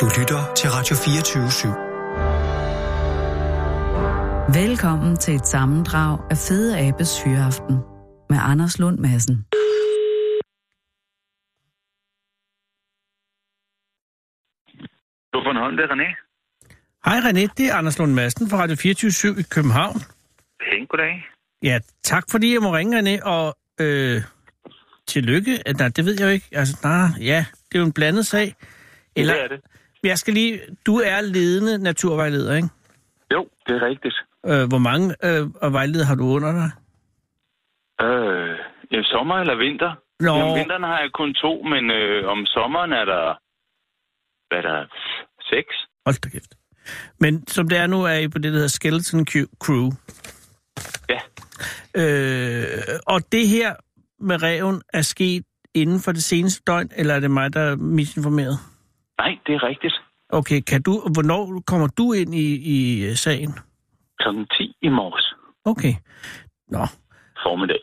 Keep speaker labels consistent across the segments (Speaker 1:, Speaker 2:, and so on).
Speaker 1: Du lytter til Radio 24 /7.
Speaker 2: Velkommen til et sammendrag af Fede Abes Hyreaften med Anders Lund Madsen.
Speaker 3: Du er Bornholm, det er René.
Speaker 4: Hej René, det er Anders Lund Madsen fra Radio 24 i København.
Speaker 3: Pæn goddag.
Speaker 4: Ja, tak fordi jeg må ringe, René, og øh, tillykke. Eh, Nej, det ved jeg jo ikke. Altså, nej, ja, det er jo en blandet sag. Eller,
Speaker 3: Det er det.
Speaker 4: Jeg skal lige, du er ledende naturvejleder, ikke?
Speaker 3: Jo, det er rigtigt.
Speaker 4: Øh, hvor mange øh, og vejledere har du under dig?
Speaker 3: Øh, ja, sommer eller vinter?
Speaker 4: Nå.
Speaker 3: Om vinteren har jeg kun to, men øh, om sommeren er der... Hvad er der? Seks?
Speaker 4: Hold da kæft. Men som det er nu, er I på det, der hedder Skeleton Cu- Crew.
Speaker 3: Ja.
Speaker 4: Øh, og det her med reven er sket inden for det seneste døgn, eller er det mig, der er misinformeret?
Speaker 3: Nej, det er rigtigt.
Speaker 4: Okay, kan du, hvornår kommer du ind i, i øh, sagen?
Speaker 3: Klokken 10 i morges
Speaker 4: Okay. Nå.
Speaker 3: formiddag.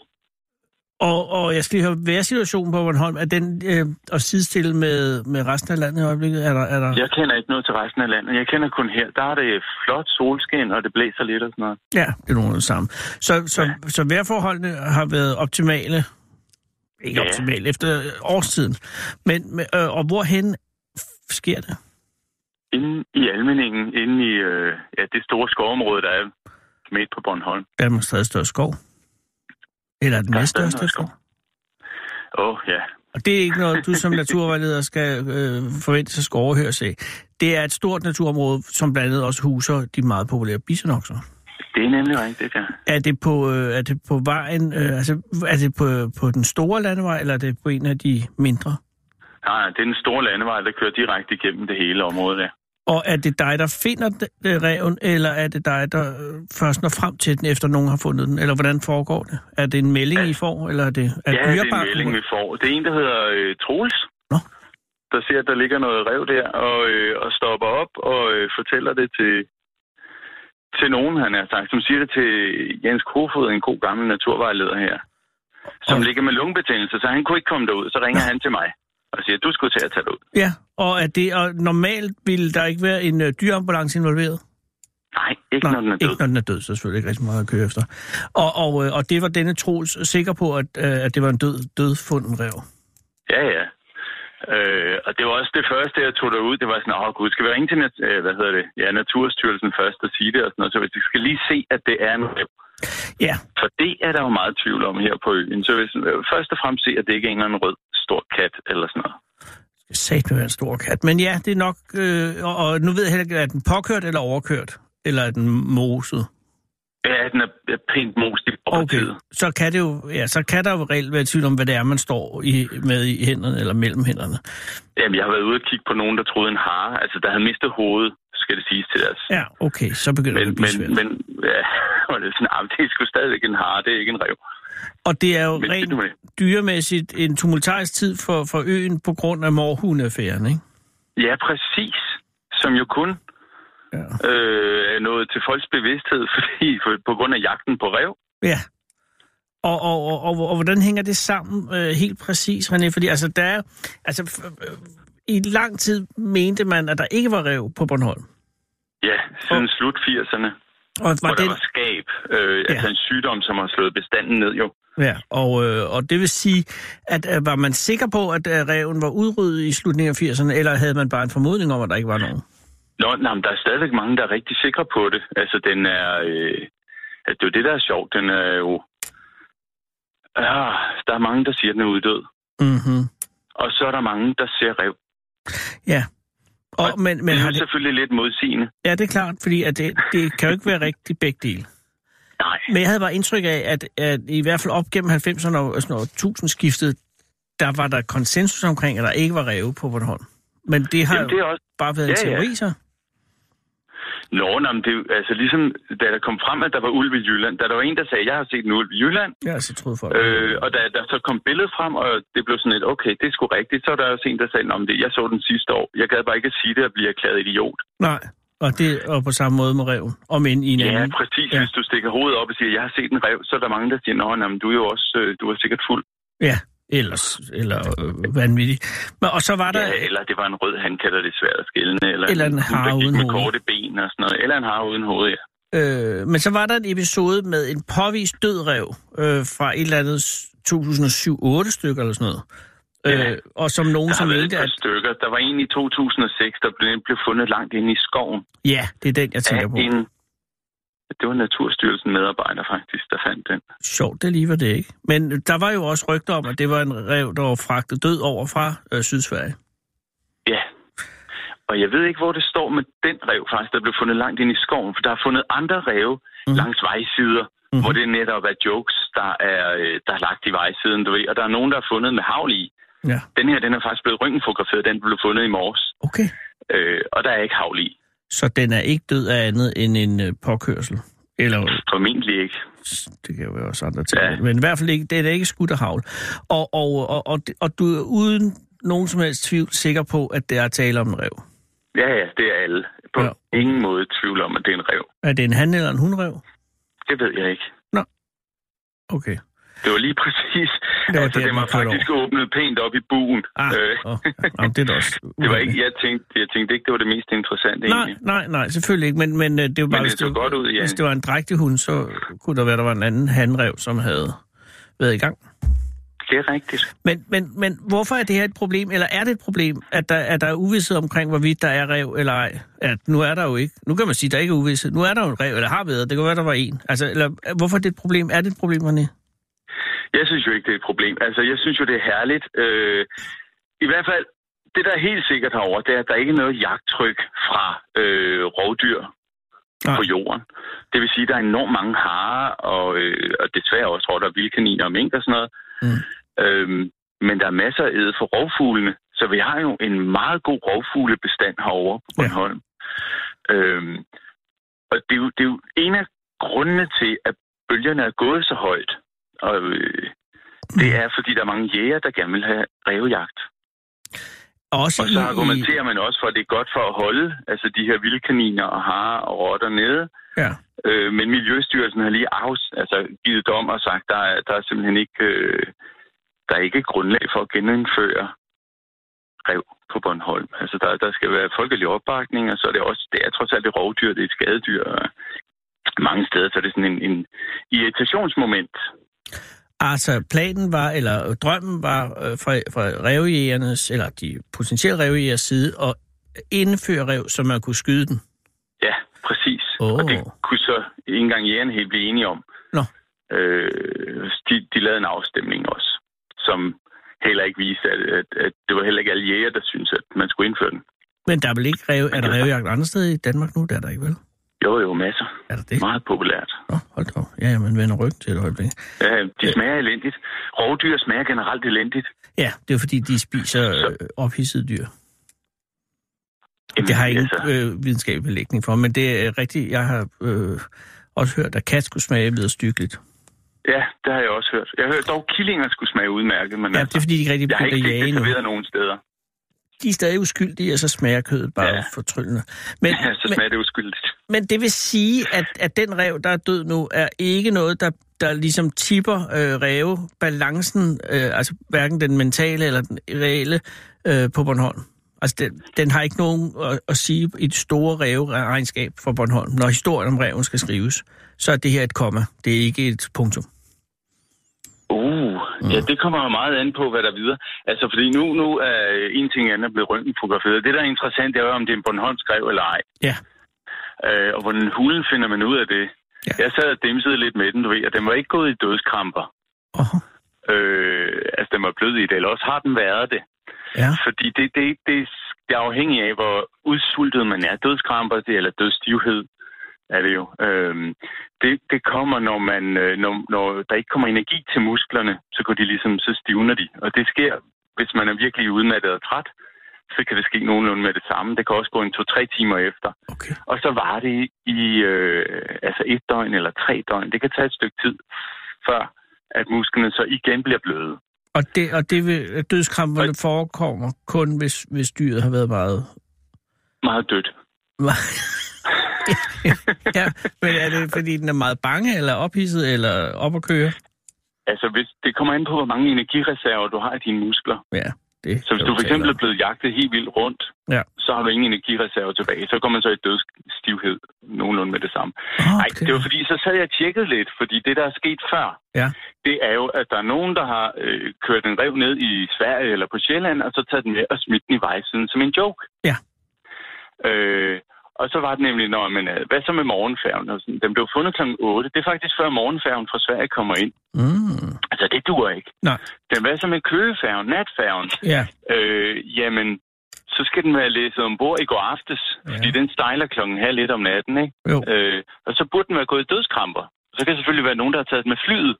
Speaker 4: Og, og jeg skal lige høre, hvad er situationen på Bornholm? Er den øh, at sidestille med, med resten af landet i øjeblikket? Er der, er der...
Speaker 3: Jeg kender ikke noget til resten af landet. Jeg kender kun her. Der er det flot solskin, og det blæser lidt og sådan noget.
Speaker 4: ja det er nogenlunde samme. Så, så, ja. så vejrforholdene har været optimale? Ikke ja.
Speaker 3: Ja.
Speaker 4: optimale, efter øh, årstiden. Men, men, øh, og hvorhen f- sker det?
Speaker 3: Inde i Almeningen, inde i øh, ja, det store skovområde, der er midt på Bornholm.
Speaker 4: Danmarks tredje største skov? Eller den
Speaker 3: Der er
Speaker 4: næststørste
Speaker 3: Danmarks
Speaker 4: skov?
Speaker 3: Åh, oh, ja.
Speaker 4: Og det er ikke noget, du som naturvejleder skal øh, forvente sig skal overhøres af. Det er et stort naturområde, som blandt andet også huser de meget populære bisonokser.
Speaker 3: Det er nemlig rigtigt, ja.
Speaker 4: Er det på, øh, er det på vejen, øh, altså er det på, på den store landevej, eller er det på en af de mindre?
Speaker 3: Nej, nej, det er den store landevej, der kører direkte igennem det hele område der.
Speaker 4: Og er det dig, der finder d- øh, reven, eller er det dig, der øh, først når frem til den, efter nogen har fundet den? Eller hvordan foregår det? Er det en melding, I får, eller er det
Speaker 3: Ja,
Speaker 4: er
Speaker 3: det er en
Speaker 4: dyreparken-
Speaker 3: melding, vi får. Det er en, der hedder øh, Troels,
Speaker 4: Nå.
Speaker 3: der ser, at der ligger noget rev der, og, øh, og stopper op og øh, fortæller det til, til nogen, han har sagt, som siger det til Jens Kofod, en god gammel naturvejleder her, som
Speaker 4: Og-
Speaker 3: ligger med lungebetændelse, så han kunne ikke komme derud. Så ringer han til mig og siger, du skulle til at tage derud.
Speaker 4: Ja, og er det og normalt ville der ikke være en øh, dyreambulance involveret?
Speaker 3: Nej, ikke når den er død.
Speaker 4: Ikke når den er død, så er der selvfølgelig ikke rigtig meget at køre efter. Og, og, øh, og det var denne Troels sikker på, at, øh, at det var en død, dødfunden rev.
Speaker 3: Ja, ja. Øh, og det var også det første, jeg tog derud. Det var sådan, åh gud, skal vi ringe til nat- øh, hvad hedder det? Ja, Naturstyrelsen først og sige det og sådan noget. Så hvis de skal lige se, at det er en rev.
Speaker 4: Ja,
Speaker 3: For det er der jo meget tvivl om her på øen. Så hvis øh, først og fremmest se, at det ikke er en eller anden rød stor kat eller sådan noget.
Speaker 4: sat med en stor kat. Men ja, det er nok... Øh, og, og nu ved jeg heller ikke, er den påkørt eller overkørt? Eller er den moset?
Speaker 3: Ja, den er er pænt most i
Speaker 4: Okay,
Speaker 3: borgertid. Okay.
Speaker 4: så kan, det jo, ja, så kan der jo reelt være tvivl om, hvad det er, man står i, med i hænderne eller mellem hænderne.
Speaker 3: Jamen, jeg har været ude og kigge på nogen, der troede en hare. Altså, der havde mistet hovedet, skal det siges til deres.
Speaker 4: Ja, okay, så begynder
Speaker 3: men,
Speaker 4: det at blive
Speaker 3: men,
Speaker 4: svært.
Speaker 3: men, ja, og det er sådan, ah, det er sgu stadigvæk en hare, det er ikke en rev.
Speaker 4: Og det er jo
Speaker 3: Men det
Speaker 4: rent
Speaker 3: er det.
Speaker 4: dyremæssigt en tumultarisk tid for, for øen på grund af morhundeaffæren, ikke?
Speaker 3: Ja, præcis. Som jo kun
Speaker 4: Ja.
Speaker 3: øh, er nået til folks bevidsthed, fordi for, på grund af jagten på rev.
Speaker 4: Ja. Og, og, og, og, og hvordan hænger det sammen øh, helt præcis, René? Fordi altså, der er, altså, f- øh, i lang tid mente man, at der ikke var rev på Bornholm.
Speaker 3: Ja, siden slut 80'erne,
Speaker 4: Og,
Speaker 3: hvor
Speaker 4: var
Speaker 3: der
Speaker 4: det,
Speaker 3: var skab. Øh, ja. Altså en sygdom, som har slået bestanden ned jo.
Speaker 4: ja, og, øh, og det vil sige, at øh, var man sikker på, at øh, reven var udryddet i slutningen af 80'erne, eller havde man bare en formodning om, at der ikke var nogen?
Speaker 3: Nå, nej, men der er stadigvæk mange, der er rigtig sikre på det. Altså, den er... Øh, altså, det er jo det, der er sjovt. Den er jo... Ah, der er mange, der siger, at den er uddød.
Speaker 4: Mm-hmm.
Speaker 3: Og så er der mange, der ser rev.
Speaker 4: Ja. Og, men, men
Speaker 3: det
Speaker 4: har
Speaker 3: er
Speaker 4: det,
Speaker 3: selvfølgelig lidt modsigende.
Speaker 4: ja, det er klart, fordi at det, det kan jo ikke være rigtig begge dele.
Speaker 3: Nej,
Speaker 4: Men jeg havde bare indtryk af, at, at i hvert fald op gennem 90'erne og sådan noget, tusindskiftet, der var der konsensus omkring, at der ikke var ræve på Bornholm. Men det har
Speaker 3: Jamen, det
Speaker 4: jo
Speaker 3: er også...
Speaker 4: bare været en
Speaker 3: Ja, ja.
Speaker 4: teori, så.
Speaker 3: Nå, nej, men det er jo... Altså, ligesom da der kom frem, at der var ulv i Jylland, da der var en, der sagde, jeg har set en ulv i Jylland,
Speaker 4: Ja, så troede folk.
Speaker 3: Øh, og da der så kom billedet frem, og det blev sådan lidt, okay, det er sgu rigtigt, så er der også en, der sagde, om det, jeg så den sidste år. Jeg gad bare ikke at sige det og blive erklæret idiot.
Speaker 4: Nej, og det og på samme måde med reven. Om end i en
Speaker 3: Ja,
Speaker 4: anden.
Speaker 3: præcis.
Speaker 4: Ja.
Speaker 3: Ja. Hvis du stikker hovedet op og siger, jeg har set en rev, så er der mange, der siger, nå, nej, men du er jo også, øh, du er sikkert fuld.
Speaker 4: Ja, Ellers, eller øh, vanvittig. Men, og så var der...
Speaker 3: Ja, eller det var en rød handkat, og det er svært at skille. Eller,
Speaker 4: Eller en
Speaker 3: hund, der
Speaker 4: hare
Speaker 3: gik
Speaker 4: uden
Speaker 3: med
Speaker 4: hoved.
Speaker 3: korte ben og sådan noget. Eller en har uden hoved, ja.
Speaker 4: Øh, men så var der en episode med en påvist død ræv øh, fra et eller andet 2007-8 stykker eller sådan noget.
Speaker 3: Ja.
Speaker 4: Øh, og som
Speaker 3: Der
Speaker 4: nogen,
Speaker 3: har
Speaker 4: som
Speaker 3: været et
Speaker 4: mente,
Speaker 3: par
Speaker 4: at...
Speaker 3: stykker. Der var en i 2006, der blev, blev fundet langt inde i skoven.
Speaker 4: Ja, det er den, jeg
Speaker 3: af
Speaker 4: tænker på.
Speaker 3: en... Det var Naturstyrelsen medarbejder faktisk, der fandt den.
Speaker 4: Sjovt, det lige var det ikke. Men der var jo også rygter om, at det var en rev, der var fragtet død over fra øh, Sydsverige.
Speaker 3: Ja. Og jeg ved ikke, hvor det står med den rev faktisk, der blev fundet langt ind i skoven, for der er fundet andre ræve
Speaker 4: Mhm.
Speaker 3: mm. langs vejsider, mm. hvor det netop er jokes, der er, øh, der er lagt i vejsiden, du ved. Og der er nogen, der er fundet med havl i.
Speaker 4: Ja.
Speaker 3: Den her, den er faktisk blevet røntgenfotograferet, den blev fundet i morges,
Speaker 4: Okay.
Speaker 3: øh, og der er ikke havl i.
Speaker 4: Så den er ikke død af andet end en øh, påkørsel. Eller
Speaker 3: Formentlig ikke.
Speaker 4: det kan jo være også andre ting. Ja.
Speaker 3: Ja.
Speaker 4: Men i hvert fald ikke, det er da ikke skudt og havl. Og, og, og, og, og du er uden nogen som helst tvivl sikker på, at det er tale om en rev.
Speaker 3: Ja, ja, det er alle. På
Speaker 4: Ja.
Speaker 3: ja. ingen måde i tvivl om, at det er en rev.
Speaker 4: Er det en han eller en hunrev?
Speaker 3: Det ved jeg ikke.
Speaker 4: Okay.
Speaker 3: Det var lige præcis.
Speaker 4: Det var
Speaker 3: altså,
Speaker 4: der,
Speaker 3: det
Speaker 4: den
Speaker 3: var
Speaker 4: kørte
Speaker 3: faktisk over. åbnet pænt op i buen.
Speaker 4: Ah, øh. oh, ja. det er da også
Speaker 3: det var ikke, jeg tænkte, jeg tænkte ikke, det var det mest interessante
Speaker 4: Nej,
Speaker 3: egentlig.
Speaker 4: nej, nej, selvfølgelig ikke, men, men øh, det var bare,
Speaker 3: det
Speaker 4: hvis,
Speaker 3: så
Speaker 4: det, var-
Speaker 3: godt ud, ja.
Speaker 4: hvis det var en drægtig hund, så kunne der være, der var en anden hanrev, som havde været i gang.
Speaker 3: Det er rigtigt.
Speaker 4: Men, men, men hvorfor er det her et problem, eller er det et problem, at der, at der er uvidshed omkring, hvorvidt der er rev eller ej? At nu er der jo ikke. Nu kan man sige, at der ikke er uvidshed. Nu er der jo en rev, eller har været. Det kan være, der var en. Altså, eller, øh, hvorfor er det et problem? Er det et problem, René?
Speaker 3: Jeg synes jo ikke, det er et problem. Altså, jeg synes jo, det er herligt. Øh, I hvert fald, det der er helt sikkert herover, det er, at der ikke er noget jagttryk fra øh, rovdyr
Speaker 4: Nej.
Speaker 3: Nej. på jorden. Det vil sige, at der er enormt mange harer, og, øh, og desværre også tror jeg, der er vildkaniner og mink og sådan noget.
Speaker 4: Mm.
Speaker 3: Mm. Øhm, men der er masser af æde for rovfuglene, så vi har jo en meget god rovfuglebestand herovre på Bornholm. Ja. Øhm, og det er, jo, det er jo en af grundene til, at bølgerne er gået så højt. Og, øh, det er, fordi der er mange jæger, der gerne vil have revjagt.
Speaker 4: Også
Speaker 3: Og så
Speaker 4: i-
Speaker 3: argumenterer man også for, at det er godt for at holde altså de her vilde kaniner og harer og rotter nede.
Speaker 4: Ja.
Speaker 3: Øh, men Miljøstyrelsen har lige af, altså, givet dom og sagt, der er, der er simpelthen ikke, øh, der er ikke grundlag for at genindføre rev på Bornholm. Altså, der, der skal være folkelig opbakning, og så er det også, det er trods alt et rovdyr, det er et skadedyr. og Mange steder, så er det sådan en, en irritationsmoment.
Speaker 4: Altså, planen var, eller drømmen var øh, fra, fra revjægernes, eller de potentielle revjægers side, at indføre rev, så man kunne skyde den.
Speaker 3: Ja, præcis.
Speaker 4: Åh.
Speaker 3: Oh. Og det kunne så ikke engang jægerne helt blive enige om.
Speaker 4: Nå.
Speaker 3: Øh, de, de lavede en afstemning også, som heller ikke viste, at, at, at det var heller ikke alle jæger, der syntes, at man skulle indføre den.
Speaker 4: Men der er vel ikke rev, er der revjagt andre steder i Danmark nu? Der er der ikke, vel?
Speaker 3: Jo, jo, masser.
Speaker 4: Er der det?
Speaker 3: Meget populært.
Speaker 4: Nå, hold da op. Ja, ja, man vender ryggen til et øjeblik.
Speaker 3: Ja, de smager elendigt. Rovdyr smager generelt elendigt.
Speaker 4: Ja, det er fordi, de spiser øh, ophidsede dyr.
Speaker 3: Jamen,
Speaker 4: Det har jeg ingen
Speaker 3: altså,
Speaker 4: øh, videnskabelig belægning for, men det er rigtigt. Jeg har øh, også hørt, at kat skulle smage videre stykkeligt.
Speaker 3: Ja, det har jeg også hørt. Jeg hørte dog, killinger skulle smage udmærket, men
Speaker 4: Ja, det
Speaker 3: altså,
Speaker 4: er fordi, de ikke rigtig
Speaker 3: jeg har
Speaker 4: begynder
Speaker 3: ikke
Speaker 4: at
Speaker 3: set
Speaker 4: jage
Speaker 3: det
Speaker 4: nu.
Speaker 3: serveret nogen steder.
Speaker 4: De er stadig uskyldige, og så smager kødet bare ja.
Speaker 3: Ja.
Speaker 4: fortryllende. Men,
Speaker 3: Ja, så
Speaker 4: men,
Speaker 3: smager det uskyldigt.
Speaker 4: men det vil sige, at, at den rev, der er død nu, er ikke noget, der, der ligesom tipper øh, ræve balancen, øh, altså hverken den mentale eller den reelle øh, på Bornholm. Altså, den, den har ikke nogen at, at sige i det store ræveregnskab for Bornholm. Når historien om ræven skal skrives, så er det her et komma. Det er ikke et punktum.
Speaker 3: Uh, ja, det kommer jo meget an på, hvad der er videre. Altså, fordi nu, nu er øh, en ting andet blevet røntgenfotograferet. Det, der er interessant, det er jo, om det er en Bornholmsk rev eller ej.
Speaker 4: Ja.
Speaker 3: Øh, og hvordan hulen finder man ud af det?
Speaker 4: Ja.
Speaker 3: Ja. Jeg sad og dimsede lidt med den, du ved, og den var ikke gået i dødskramper.
Speaker 4: Åh,
Speaker 3: Øh, altså, den var blød i det, eller også har den været det.
Speaker 4: ja.
Speaker 3: Fordi det, det, det, det er afhængigt af, hvor udsultet man er. Dødskramper, det, eller dødstivhed, er det jo. Øhm, det, det kommer, når, man, øh, når, når der ikke kommer energi til musklerne, så går de ligesom, så stivner de. Og det sker, hvis man er virkelig udmattet og træt, så kan det ske nogenlunde med det samme. Det kan også gå en to-tre timer efter.
Speaker 4: Okay.
Speaker 3: Og så var det i øh, altså et døgn eller tre døgn. Det kan tage et stykke tid, før at musklerne så igen bliver bløde.
Speaker 4: Og, det, og det vil, dødskramperne forekommer kun, hvis, hvis dyret har været meget
Speaker 3: Meget dødt.
Speaker 4: ja, men er det fordi, den er meget bange, eller ophidset, eller op at køre?
Speaker 3: Altså, hvis, det kommer an på, hvor mange energireserver du har i dine muskler.
Speaker 4: Ja, det
Speaker 3: Så hvis
Speaker 4: kan
Speaker 3: du
Speaker 4: jo
Speaker 3: for
Speaker 4: tale
Speaker 3: eksempel
Speaker 4: om.
Speaker 3: er blevet jagtet helt vildt rundt,
Speaker 4: Ja.
Speaker 3: så har du ingen energireserver tilbage. Så kommer man så i dødsstivhed nogenlunde med det samme.
Speaker 4: Åh,
Speaker 3: Nej, det var fordi, så sad jeg og tjekkede lidt, fordi det, der er sket før,
Speaker 4: Ja.
Speaker 3: det er jo, at der er nogen, der har øh, kørt en rev ned i Sverige eller på Sjælland, og så taget den med og smidt den i vejsiden som en joke.
Speaker 4: Ja.
Speaker 3: Øh, og så var det nemlig, når men øh, hvad så med morgenfærgen? Og sådan, den blev fundet kl. 8. Det er faktisk før morgenfærgen fra Sverige kommer ind.
Speaker 4: Mm.
Speaker 3: Altså, det dur ikke.
Speaker 4: Nej.
Speaker 3: Den, hvad så med køgefærgen, natfærgen?
Speaker 4: Ja,
Speaker 3: Øh, jamen, så skal den være læset ombord i går aftes,
Speaker 4: Ja.
Speaker 3: ja. fordi den stejler klokken halv lidt om natten, ikke?
Speaker 4: jo.
Speaker 3: Øh, og så burde den være gået i dødskramper. Så kan selvfølgelig være nogen, der har taget den med flyet.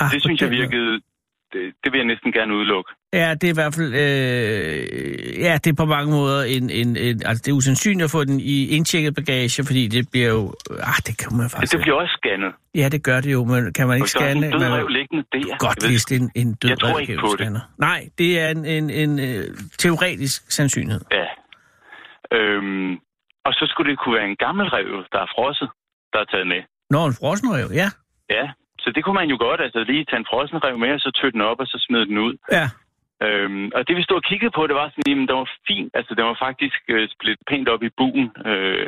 Speaker 4: Ah,
Speaker 3: det synes
Speaker 4: på
Speaker 3: jeg
Speaker 4: den måde.
Speaker 3: virkede... Det, det vil jeg næsten gerne udelukke.
Speaker 4: Ja, det er i hvert fald... Øh, ja, det er på mange måder en, en, en... Altså, det er usandsynligt at få den i indtjekket bagage, fordi det bliver jo... Ah, det kan man
Speaker 3: Altså,
Speaker 4: faktisk...
Speaker 3: det bliver også scannet.
Speaker 4: Ja, det gør det jo, men kan man
Speaker 3: Og
Speaker 4: ikke
Speaker 3: så er
Speaker 4: scanne...
Speaker 3: sådan en død
Speaker 4: Man-
Speaker 3: rev liggende der. Jeg
Speaker 4: Godt,
Speaker 3: ved-
Speaker 4: hvis det er en, en død
Speaker 3: Jeg tror ikke på det.
Speaker 4: revkævescanner. Nej, det er en, en, en øh, teoretisk sandsynlighed.
Speaker 3: Ja. Øhm, og så skulle det kunne være en gammel rev, der er frosset, der er taget med.
Speaker 4: Nå, en frossenrev, ja.
Speaker 3: Ja, så det kunne man jo godt, altså lige tage en frossen rev med, og så tøtte den op, og så smide den ud.
Speaker 4: Ja,
Speaker 3: Øhm, og det vi stod og kiggede på, det var sådan, jamen, den var fint. Altså, den var faktisk øh, splittet pænt op i buen. Øh,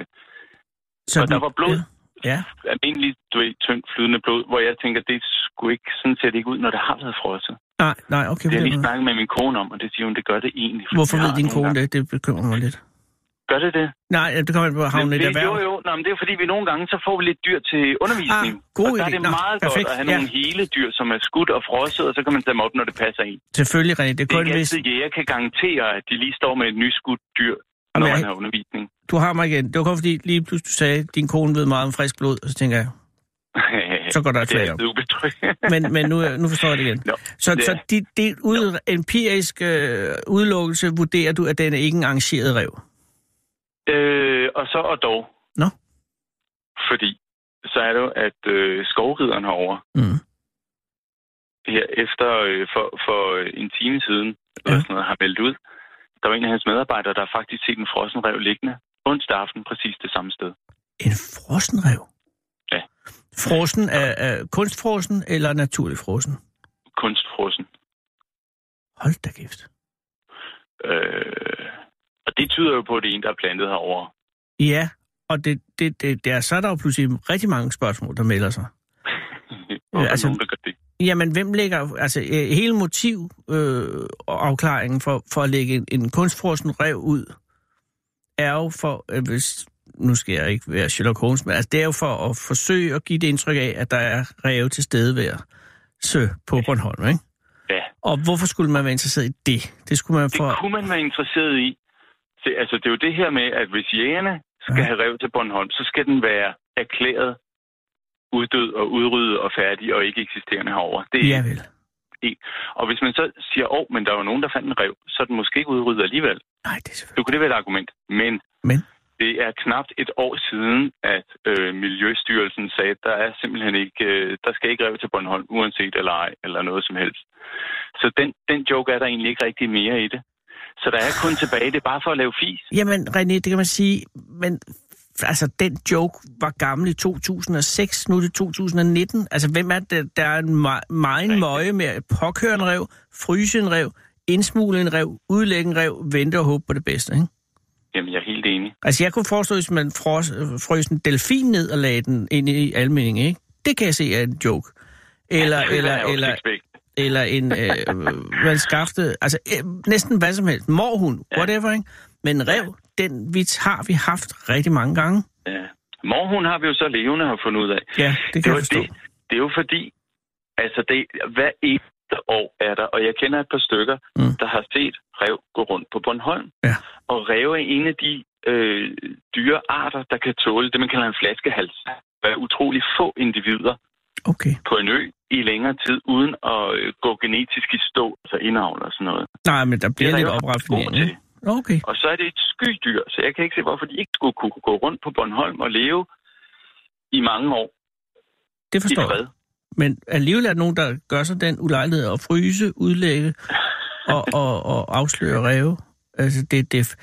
Speaker 4: så
Speaker 3: Og der
Speaker 4: den-
Speaker 3: var blod.
Speaker 4: Ja,
Speaker 3: almindelig, du ved, tyndt flydende blod, hvor jeg tænker, det skulle ikke, sådan ser det ikke ud, når det har været frosset.
Speaker 4: nej, nej, okay.
Speaker 3: Det
Speaker 4: på
Speaker 3: har jeg
Speaker 4: den
Speaker 3: lige
Speaker 4: måde.
Speaker 3: snakket med min kone om, og det siger hun, det gør det egentlig. fordi
Speaker 4: Hvorfor
Speaker 3: jeg
Speaker 4: ved
Speaker 3: har
Speaker 4: din
Speaker 3: nogle
Speaker 4: kone
Speaker 3: gange-
Speaker 4: det? Det bekymrer mig lidt.
Speaker 3: Gør det det?
Speaker 4: Nej, ja, det kommer an på at havne i
Speaker 3: Men
Speaker 4: et
Speaker 3: det,
Speaker 4: erhverv.
Speaker 3: jo, jo. Nå, men det er fordi, vi nogle gange, så får vi lidt dyr til undervisning.
Speaker 4: Ah, god
Speaker 3: og der er
Speaker 4: idé.
Speaker 3: det
Speaker 4: Nå,
Speaker 3: meget
Speaker 4: perfekt,
Speaker 3: godt at have
Speaker 4: ja.
Speaker 3: nogle hele dyr, som er skudt og frosset, og så kan man tage dem op, når det passer ind.
Speaker 4: Selvfølgelig, René. Det er
Speaker 3: Det er
Speaker 4: kun
Speaker 3: ikke
Speaker 4: hvis...
Speaker 3: altid, jæger kan garantere, at de lige står med et nyskudt dyr,
Speaker 4: Jamen,
Speaker 3: når
Speaker 4: jeg-
Speaker 3: man har undervisning.
Speaker 4: Du har mig igen. Det var kun fordi, lige pludselig du sagde, at din kone ved meget om frisk blod, og så tænker jeg, så går der et
Speaker 3: det
Speaker 4: flag
Speaker 3: er
Speaker 4: op.
Speaker 3: altid ubetrygt.
Speaker 4: Men, men nu, er- nu forstår jeg det igen.
Speaker 3: Nå,
Speaker 4: så
Speaker 3: det er-
Speaker 4: så det, det er ud, empirisk øh, udelukkelse vurderer du, at den er ikke en arrangeret rev.
Speaker 3: Øh, og så og dog.
Speaker 4: Nå.
Speaker 3: Fordi så er det jo, at øh, skovrideren herovre,
Speaker 4: Mm.
Speaker 3: her efter øh, for, for øh, en time siden, ja.
Speaker 4: Ja.
Speaker 3: eller sådan noget, har meldt ud, der var en af hans medarbejdere, der har faktisk set en frossen rev liggende onsdag aften præcis det samme sted.
Speaker 4: En frossen rev?
Speaker 3: Ja.
Speaker 4: Frossen er, er kunstfrossen eller naturlig frossen?
Speaker 3: Kunstfrossen.
Speaker 4: Hold da kæft.
Speaker 3: Øh, og det tyder jo på, at det er en, der er plantet herovre.
Speaker 4: Ja, og det, det, det, det er, så er der jo pludselig rigtig mange spørgsmål, der melder sig.
Speaker 3: Hvorfor ja,
Speaker 4: altså-
Speaker 3: altså... nogen, der gør det?
Speaker 4: Jamen, hvem lægger... Altså, øh, hele motiv øh, og afklaringen for, for at lægge en, en kunstfrossen rev ud, er jo for... Øh, hvis, nu skal jeg ikke være Sherlock Holmes, men altså, det er jo for at forsøge at give det indtryk af, at der er ræve til stede ved sø på Bornholm, ikke?
Speaker 3: Ja.
Speaker 4: Og hvorfor skulle man være interesseret i det? Det skulle man
Speaker 3: Det
Speaker 4: for...
Speaker 3: kunne man være interesseret i. Det, altså, det er jo det her med, at hvis jægerne skal
Speaker 4: Ja.
Speaker 3: ja. have rev til Bornholm, så skal den være erklæret uddød og udryddet og færdig og ikke eksisterende herover. Det er,
Speaker 4: Ja,
Speaker 3: ja.
Speaker 4: vel.
Speaker 3: Og hvis man så siger, åh, men der var nogen, der fandt en rev, så er den måske ikke udryddet alligevel.
Speaker 4: Nej, det er
Speaker 3: Så
Speaker 4: selvfølgelig...
Speaker 3: kunne det være et argument. Men,
Speaker 4: Men?
Speaker 3: det er knapt et år siden, at øh, Miljøstyrelsen sagde, at der er simpelthen ikke, øh, der skal ikke rev til Bornholm, uanset eller ej, eller noget som helst. Så den, den joke er der egentlig ikke rigtig mere i det. Så der er kun tilbage, det er bare for at lave fis.
Speaker 4: Jamen, René, det kan man sige, men altså, den joke var gammel i 2006, nu er det 2019. Altså, hvem er det, der er en me- meget møje med at påkøre en rev, fryse en rev, indsmugle en rev, udlægge en rev, vente og håbe på det bedste, ikke?
Speaker 3: Jamen, jeg er helt enig.
Speaker 4: Altså, jeg kunne forestå, hvis man fros, øh, frøs en delfin ned og lagde den ind i almeningen, ikke? Det kan jeg se er en joke. Eller,
Speaker 3: Altså, Det
Speaker 4: eller,
Speaker 3: er jo
Speaker 4: eller,
Speaker 3: opsigtsvækkende.
Speaker 4: eller en øh, valskafte, altså øh, næsten hvad som helst, morhund, ja.
Speaker 3: Ja.
Speaker 4: whatever, ikke? Men rev, den vits har vi haft rigtig mange gange.
Speaker 3: Ja. Morgen har vi jo så levende har fundet ud af.
Speaker 4: Ja, det kan
Speaker 3: Det,
Speaker 4: jeg
Speaker 3: var
Speaker 4: forstå.
Speaker 3: det, det er jo fordi, altså det, hver eneste år er der, og jeg kender et par stykker,
Speaker 4: Mm.
Speaker 3: mm. der har set rev gå rundt på Bornholm.
Speaker 4: Ja.
Speaker 3: Og rev er en af de øh, dyrearter, der kan tåle det, man kalder en flaskehals. Der er utrolig få individer
Speaker 4: Okay.
Speaker 3: på en ø i længere tid, uden at øh, gå genetisk i stå, altså indavl og sådan noget.
Speaker 4: Nej, men der bliver
Speaker 3: Det er
Speaker 4: lidt
Speaker 3: rev
Speaker 4: opraffinering.
Speaker 3: gode til.
Speaker 4: ikke? Okay.
Speaker 3: Og så er det et skydyr, så jeg kan ikke se, hvorfor de ikke skulle kunne gå rundt på Bornholm og leve i mange år
Speaker 4: Det
Speaker 3: i
Speaker 4: forstår jeg.
Speaker 3: fred.
Speaker 4: Men alligevel er der nogen, der gør sig den ulejlighed at fryse, udlægge og, og, og afsløre ræve. Altså, det, det,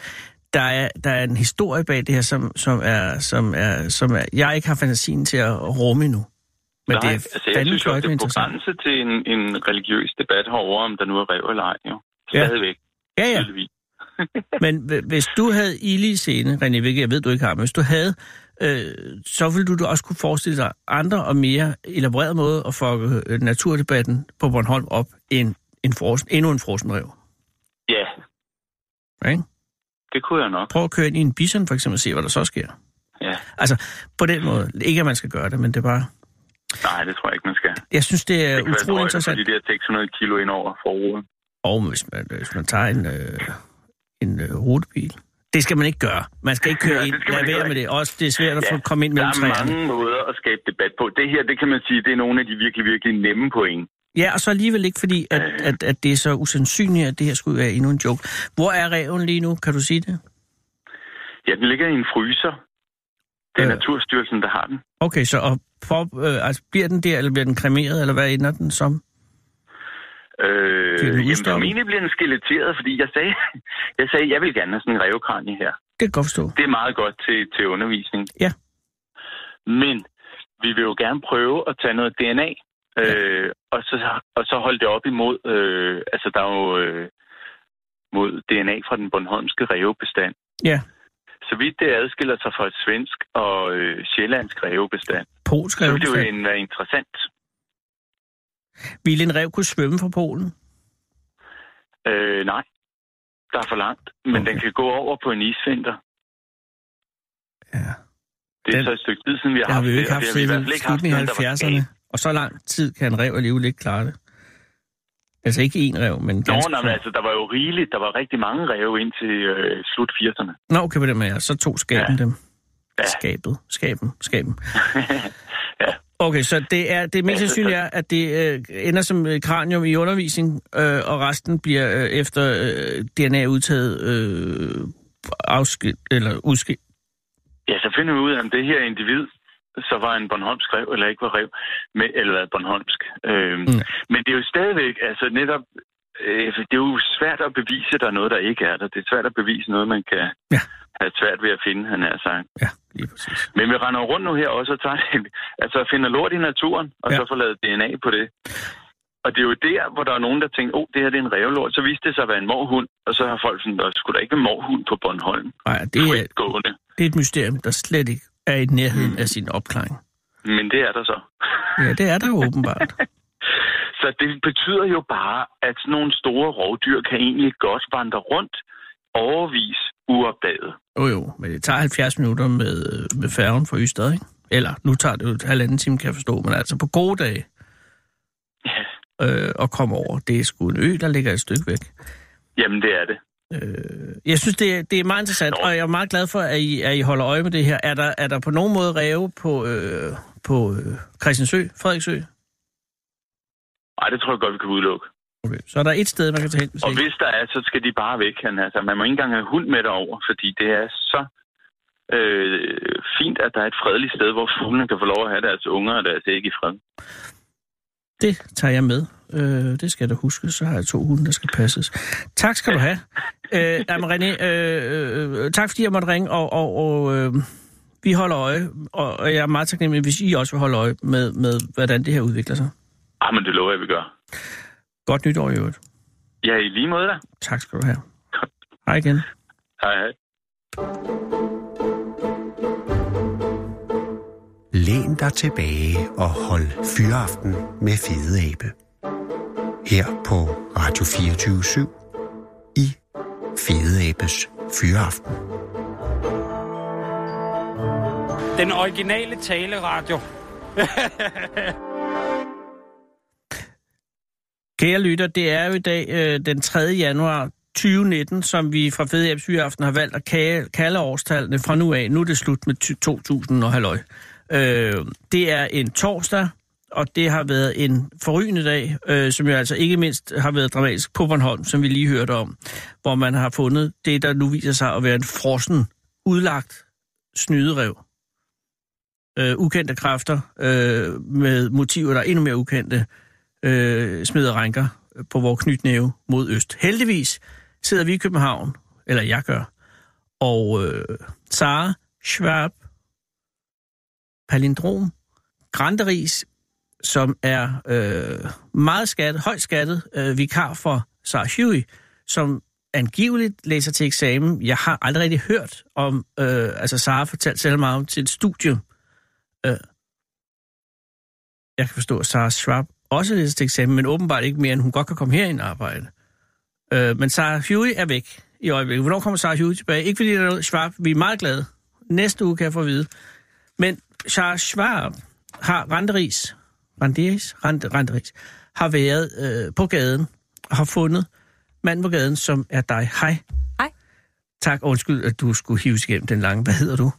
Speaker 4: der, er, der er en historie bag det her, som, som, er, som, er, som er, jeg ikke har fantasien til at rumme endnu. Men det
Speaker 3: Nej,
Speaker 4: er
Speaker 3: altså, jeg
Speaker 4: fandme
Speaker 3: synes jo, det
Speaker 4: fløjtende
Speaker 3: er på
Speaker 4: interessant.
Speaker 3: grænse til en, en religiøs debat herover, om der nu er rev eller ej, jo. Stadigvæk,
Speaker 4: Ja,
Speaker 3: ja.
Speaker 4: ja.
Speaker 3: tydeligvis.
Speaker 4: Men hv- hvis du havde ilde i scene, René, hvilket jeg ved, du ikke har, men hvis du havde, øh, så ville du da også kunne forestille dig andre og mere elaborerede måder at fucke øh, naturdebatten på Bornholm op end en frosen, endnu en frosen rev.
Speaker 3: Ja,
Speaker 4: Ikke?
Speaker 3: det kunne jeg nok.
Speaker 4: Prøv at køre ind i en bison, for eksempel, og se, hvad der så sker.
Speaker 3: Ja.
Speaker 4: Altså, på den måde. Ikke, at man skal gøre det, men det er bare...
Speaker 3: Nej, det tror jeg ikke, man skal.
Speaker 4: Jeg synes, det
Speaker 3: Det
Speaker 4: er
Speaker 3: kan være
Speaker 4: utrolig
Speaker 3: drøjt at få
Speaker 4: interessant.
Speaker 3: de der 600 kilo ind over forruden.
Speaker 4: Og hvis man, hvis man tager en, øh, en øh, rutebil. Det skal man ikke gøre. Man skal ikke køre
Speaker 3: Ja,
Speaker 4: ind.
Speaker 3: det skal man
Speaker 4: Lad være
Speaker 3: heller
Speaker 4: med det. Også det er svært at
Speaker 3: Ja,
Speaker 4: få komme ind
Speaker 3: Der
Speaker 4: mellem
Speaker 3: er
Speaker 4: træerne.
Speaker 3: mange måder at skabe debat på. Det her, det kan man sige, det er nogle af de virkelig, virkelig nemme point.
Speaker 4: Ja, og så alligevel ikke, fordi at,
Speaker 3: Øh.
Speaker 4: at, at det er så usandsynligt, at det her skulle være endnu en joke. Hvor er reven lige nu? Kan du sige det?
Speaker 3: Ja, den ligger i en fryser. Det er
Speaker 4: Øh.
Speaker 3: Naturstyrelsen, der har den.
Speaker 4: Okay, så og for, øh, altså, bliver den der, eller bliver den kremeret, eller hvad ender den som?
Speaker 3: Øh,
Speaker 4: Bliver den
Speaker 3: jamen,
Speaker 4: udstoppet?
Speaker 3: formentlig bliver den skeletteret, fordi jeg sagde, jeg sagde, jeg vil gerne have sådan en revkranje her.
Speaker 4: Det kan jeg godt forstå.
Speaker 3: Det er meget godt til, til undervisning.
Speaker 4: Ja.
Speaker 3: Men vi vil jo gerne prøve at tage noget DNA, øh, og, så, og så holde det op imod, øh, altså der er jo øh, mod DNA fra den bornholmske revebestand.
Speaker 4: Ja.
Speaker 3: Så vidt det adskiller sig fra et svensk og øh, sjællandsk revebestand,
Speaker 4: Polsk
Speaker 3: så
Speaker 4: rev.
Speaker 3: vil det jo
Speaker 4: for-
Speaker 3: en, være interessant.
Speaker 4: Ville en rev kunne svømme fra Polen?
Speaker 3: Øh, nej, der er for langt, men
Speaker 4: Okay.
Speaker 3: okay. den kan gå over på en isvinter.
Speaker 4: Ja.
Speaker 3: Det er
Speaker 4: Den-
Speaker 3: så et stykke tid siden, vi har,
Speaker 4: Det har
Speaker 3: haft
Speaker 4: vi jo ikke
Speaker 3: og
Speaker 4: haft
Speaker 3: det har vi i hvert
Speaker 4: siden
Speaker 3: fald ikke haft
Speaker 4: slutningen af
Speaker 3: siden, der var
Speaker 4: 70'erne. Og så lang tid kan en rev alligevel ikke klare det. Altså ikke én rev, men
Speaker 3: Nå,
Speaker 4: ganske
Speaker 3: nej, men
Speaker 4: få.
Speaker 3: altså, der var jo rigeligt. Der var rigtig mange ræve indtil øh, slut 80'erne.
Speaker 4: Nå, okay på det med jer. Så tog skaben ja. dem.
Speaker 3: Ja.
Speaker 4: Skabet, skaben, skaben.
Speaker 3: Ja.
Speaker 4: Okay, så det er det mest
Speaker 3: Ja, så-
Speaker 4: sandsynlige er, at det øh, ender som øh, kranium i undervisning, øh, og resten bliver øh, efter øh, DNA udtaget øh, afskilt, eller udskilt.
Speaker 3: Ja, så finder vi ud af, om det her individ så var en Bornholmsk rev, eller ikke var rev, med, eller var Bornholmsk. Øhm,
Speaker 4: Mm.
Speaker 3: mm. Men det er jo stadigvæk, altså netop, øh, det er jo svært at bevise, at der er noget, der ikke er der. Det er svært at bevise noget, man kan
Speaker 4: Ja.
Speaker 3: ja. have svært ved at finde, han er sagt.
Speaker 4: Ja, lige præcis.
Speaker 3: Men vi render jo rundt nu her også og tager, altså finder lort i naturen, og
Speaker 4: Ja.
Speaker 3: ja. så får lavet DNA på det. Og det er jo der, hvor der er nogen, der tænker, åh, oh, det her det er en revlort. Så viste det sig at være en morhund, og så har folk sådan, der skulle der ikke en morhund på Bornholm.
Speaker 4: Nej,
Speaker 3: Det
Speaker 4: det er,
Speaker 3: er gående.
Speaker 4: det er et mysterium, der slet ikke er i nærheden af sin opklaring.
Speaker 3: Men det er der så.
Speaker 4: Ja, det er der jo åbenbart.
Speaker 3: Så det betyder jo bare, at sådan nogle store rovdyr kan egentlig godt vandre rundt overvis uopdaget.
Speaker 4: Jo jo, men det tager 70 minutter med, øh, med færgen fra Ystad, ikke? Eller, nu tager det jo et halvanden time, kan jeg forstå, men altså på gode dage
Speaker 3: Ja.
Speaker 4: øh, at komme over. Det er sgu en ø, der ligger et stykke væk.
Speaker 3: Jamen, det er det.
Speaker 4: Øh, jeg synes, det er, det er meget interessant,
Speaker 3: Nå.
Speaker 4: og jeg er meget glad for, at I, at I holder øje med det her. Er der, er der på nogen måde ræve på, øh, på øh, Christiansø, Frederiksø?
Speaker 3: Ej, det tror jeg godt, vi kan udelukke.
Speaker 4: Okay. Så er der et sted, man kan tage hen, hvis
Speaker 3: Og
Speaker 4: ikke.
Speaker 3: hvis der er, så skal de bare væk. Han, altså, man må ikke engang have hund med derover, fordi det er så øh, fint, at der er et fredeligt sted, hvor fuglene kan få lov at have deres unger og deres æg i fred.
Speaker 4: Det tager jeg med. Øh, det skal jeg da huske, så har jeg to hunde, der skal passes. Tak skal du have. Øh, jamen, René, øh, øh, tak fordi jeg måtte ringe, og, og, og øh, vi holder øje, og, og jeg er meget taknemmelig, hvis I også vil holde øje med, med hvordan det her udvikler sig.
Speaker 3: Ah, men det lover jeg, vi gør.
Speaker 4: Godt nytår i øvrigt.
Speaker 3: Ja, i lige måde da.
Speaker 4: Tak skal du have. Hej igen.
Speaker 3: Hej, hej.
Speaker 1: Læn dig tilbage og hold fyraften med Fede Abe. Her på Radio 24 i Fede Abes Fyraften.
Speaker 5: Den originale taleradio.
Speaker 4: Kære lytter, det er jo i dag øh, den 3. januar 2019, som vi fra Fede Apps Hyreaften har valgt at kage, kalde årstallene fra nu af. Nu er det slut med ty- 2000 og halløj. Øh, det er en torsdag, og det har været en forrygende dag, øh, som jo altså ikke mindst har været dramatisk på Bornholm, som vi lige hørte om, hvor man har fundet det, der nu viser sig at være en frossen, udlagt snyderev. Øh, ukendte kræfter øh, med motiver, der er endnu mere ukendte øh, smider ranker på vores knytnæve mod øst. Heldigvis sidder vi i København, eller jeg gør, og øh, Sara Schwab, Palindrom, Granderis, som er øh, meget skattet, højt skattet øh, vikar for Sarah Huey, som angiveligt læser til eksamen. Jeg har aldrig rigtig hørt om, øh, altså Sara fortalte selv meget om sit studium. Øh, jeg kan forstå, at Sara Schwab også læser til eksamen, men åbenbart ikke mere, end hun godt kan komme herind og arbejde. Øh, men Sara Huey er væk i øjeblikket. Hvornår kommer Sara Huey tilbage? Ikke fordi der er noget Schwab, vi er meget glade. Næste uge kan jeg få at vide. Men Sara Schwab har renteris, renteris, rente, renteris, har været øh, på gaden og har fundet manden på gaden, som er dig. Hej.
Speaker 6: Hej.
Speaker 4: Tak, undskyld, at du skulle hives igennem den lange. Hvad hedder du?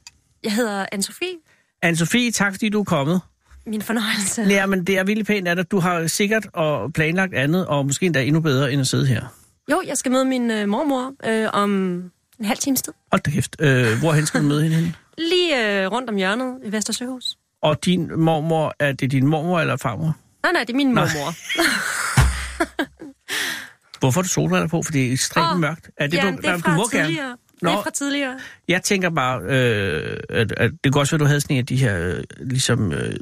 Speaker 6: Jeg hedder Anne-Sophie.
Speaker 4: Anne-Sofie, tak fordi du er kommet.
Speaker 6: Min fornøjelse.
Speaker 4: Ja, men det er virkelig pænt af dig. Du har sikkert og planlagt andet, og måske endda endnu bedre, end at sidde her.
Speaker 6: Jo, jeg skal møde min øh, mormor øh, om en halv times tid.
Speaker 4: Hold da kæft. Øh, hvorhen skal du møde hende? henne?
Speaker 6: Lige øh, rundt om hjørnet i Vestersøhus.
Speaker 4: Og din mormor, er det din mormor eller farmor?
Speaker 6: Nej, nej, det er min mormor.
Speaker 4: Hvorfor har du solbriller på? For det er ekstremt
Speaker 6: Åh,
Speaker 4: oh, mørkt. Er det,
Speaker 6: ja,
Speaker 4: du,
Speaker 6: det er
Speaker 4: Nå,
Speaker 6: fra
Speaker 4: du må
Speaker 6: tidligere.
Speaker 4: Gerne.
Speaker 6: Det
Speaker 4: Nå.
Speaker 6: er fra tidligere.
Speaker 4: Jeg tænker bare, øh, at, at det kan også være, at du havde sådan en af de her øh, ligesom, øh,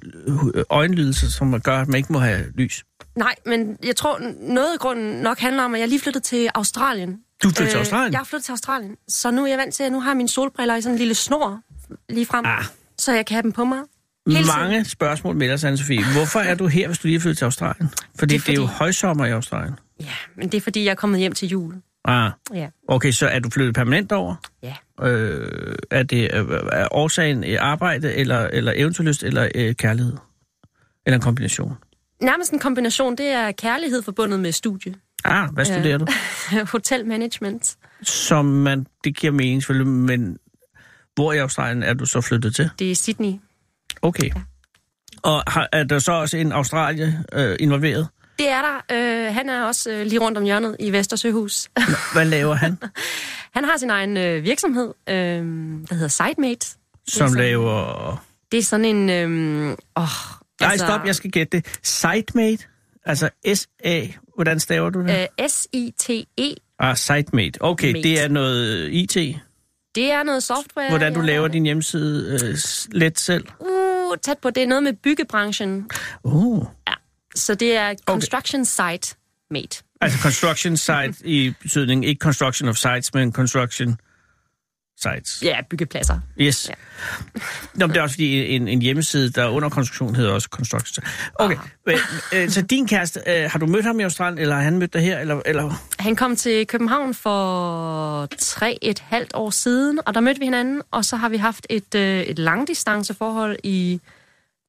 Speaker 4: øjenlidelser, som gør, at man ikke må have lys.
Speaker 6: Nej, men jeg tror, noget af grunden nok handler om, at jeg lige flyttede til Australien. Øh,
Speaker 4: Du flyttede til Australien?
Speaker 6: Jeg er flyttet til Australien. Så nu er jeg vant til, at nu har jeg mine solbriller i sådan en lille snor lige frem,
Speaker 4: Ah.
Speaker 6: ah. så jeg kan have dem på mig. Hele tiden.
Speaker 4: Mange spørgsmål melder sig, Anne-Sofie. Hvorfor er du her, hvis du lige er flyttet til Australien? Fordi det er, fordi... det er jo
Speaker 6: fordi-
Speaker 4: højsommer i Australien.
Speaker 6: Ja, men det er, fordi jeg er kommet hjem til jul.
Speaker 4: Ah,
Speaker 6: Ja.
Speaker 4: okay, så er du flyttet permanent over?
Speaker 6: Ja.
Speaker 4: Øh, er det øh, er årsagen øh, arbejde, eller, eller eventyrlyst, eller øh, kærlighed? Eller en kombination?
Speaker 6: Nærmest en kombination, det er kærlighed forbundet med studie.
Speaker 4: Ah, hvad
Speaker 6: Ja.
Speaker 4: studerer du?
Speaker 6: Hotelmanagement.
Speaker 4: Som man, det giver mening selvfølgelig, men hvor i Australien er du så flyttet til?
Speaker 6: Det er Sydney.
Speaker 4: Okay. Og har, er der så også en Australie øh, involveret?
Speaker 6: Det er der. Øh, han er også øh, lige rundt om hjørnet i Vestersøhus.
Speaker 4: Hvad laver han,
Speaker 6: han har sin egen øh, virksomhed, øh, der hedder Sitemate.
Speaker 4: som
Speaker 6: sådan-
Speaker 4: laver...
Speaker 6: Det er sådan en... Øh, åh, altså,
Speaker 4: Nej, stop, jeg skal gætte det. Sitemate? Altså S-A... Hvordan staver du det?
Speaker 6: Øh, S-I-T-E.
Speaker 4: Ah, sitemate. Okay,
Speaker 6: Mate.
Speaker 4: det er noget IT.
Speaker 6: Det er noget software.
Speaker 4: Hvordan du
Speaker 6: jeg-
Speaker 4: laver din hjemmeside øh, s- let selv.
Speaker 6: Uh, tæt på. Det er noget med byggebranchen.
Speaker 4: Oh.
Speaker 6: Så det er Construction Site Mate.
Speaker 4: Altså construction site i betydning. Ikke construction of sites, men construction sites.
Speaker 6: Ja, byggepladser.
Speaker 4: Yes. Ja. Nå, men det er også fordi en, en hjemmeside, der er under konstruktion, hedder også Construction. Okay, men, øh, så din kæreste, øh, har du mødt ham i Australien, eller har han mødt dig her? Eller, eller?
Speaker 6: Han kom til København for tre et halvt år siden, og der mødte vi hinanden, og så har vi haft et, øh, et langdistanceforhold i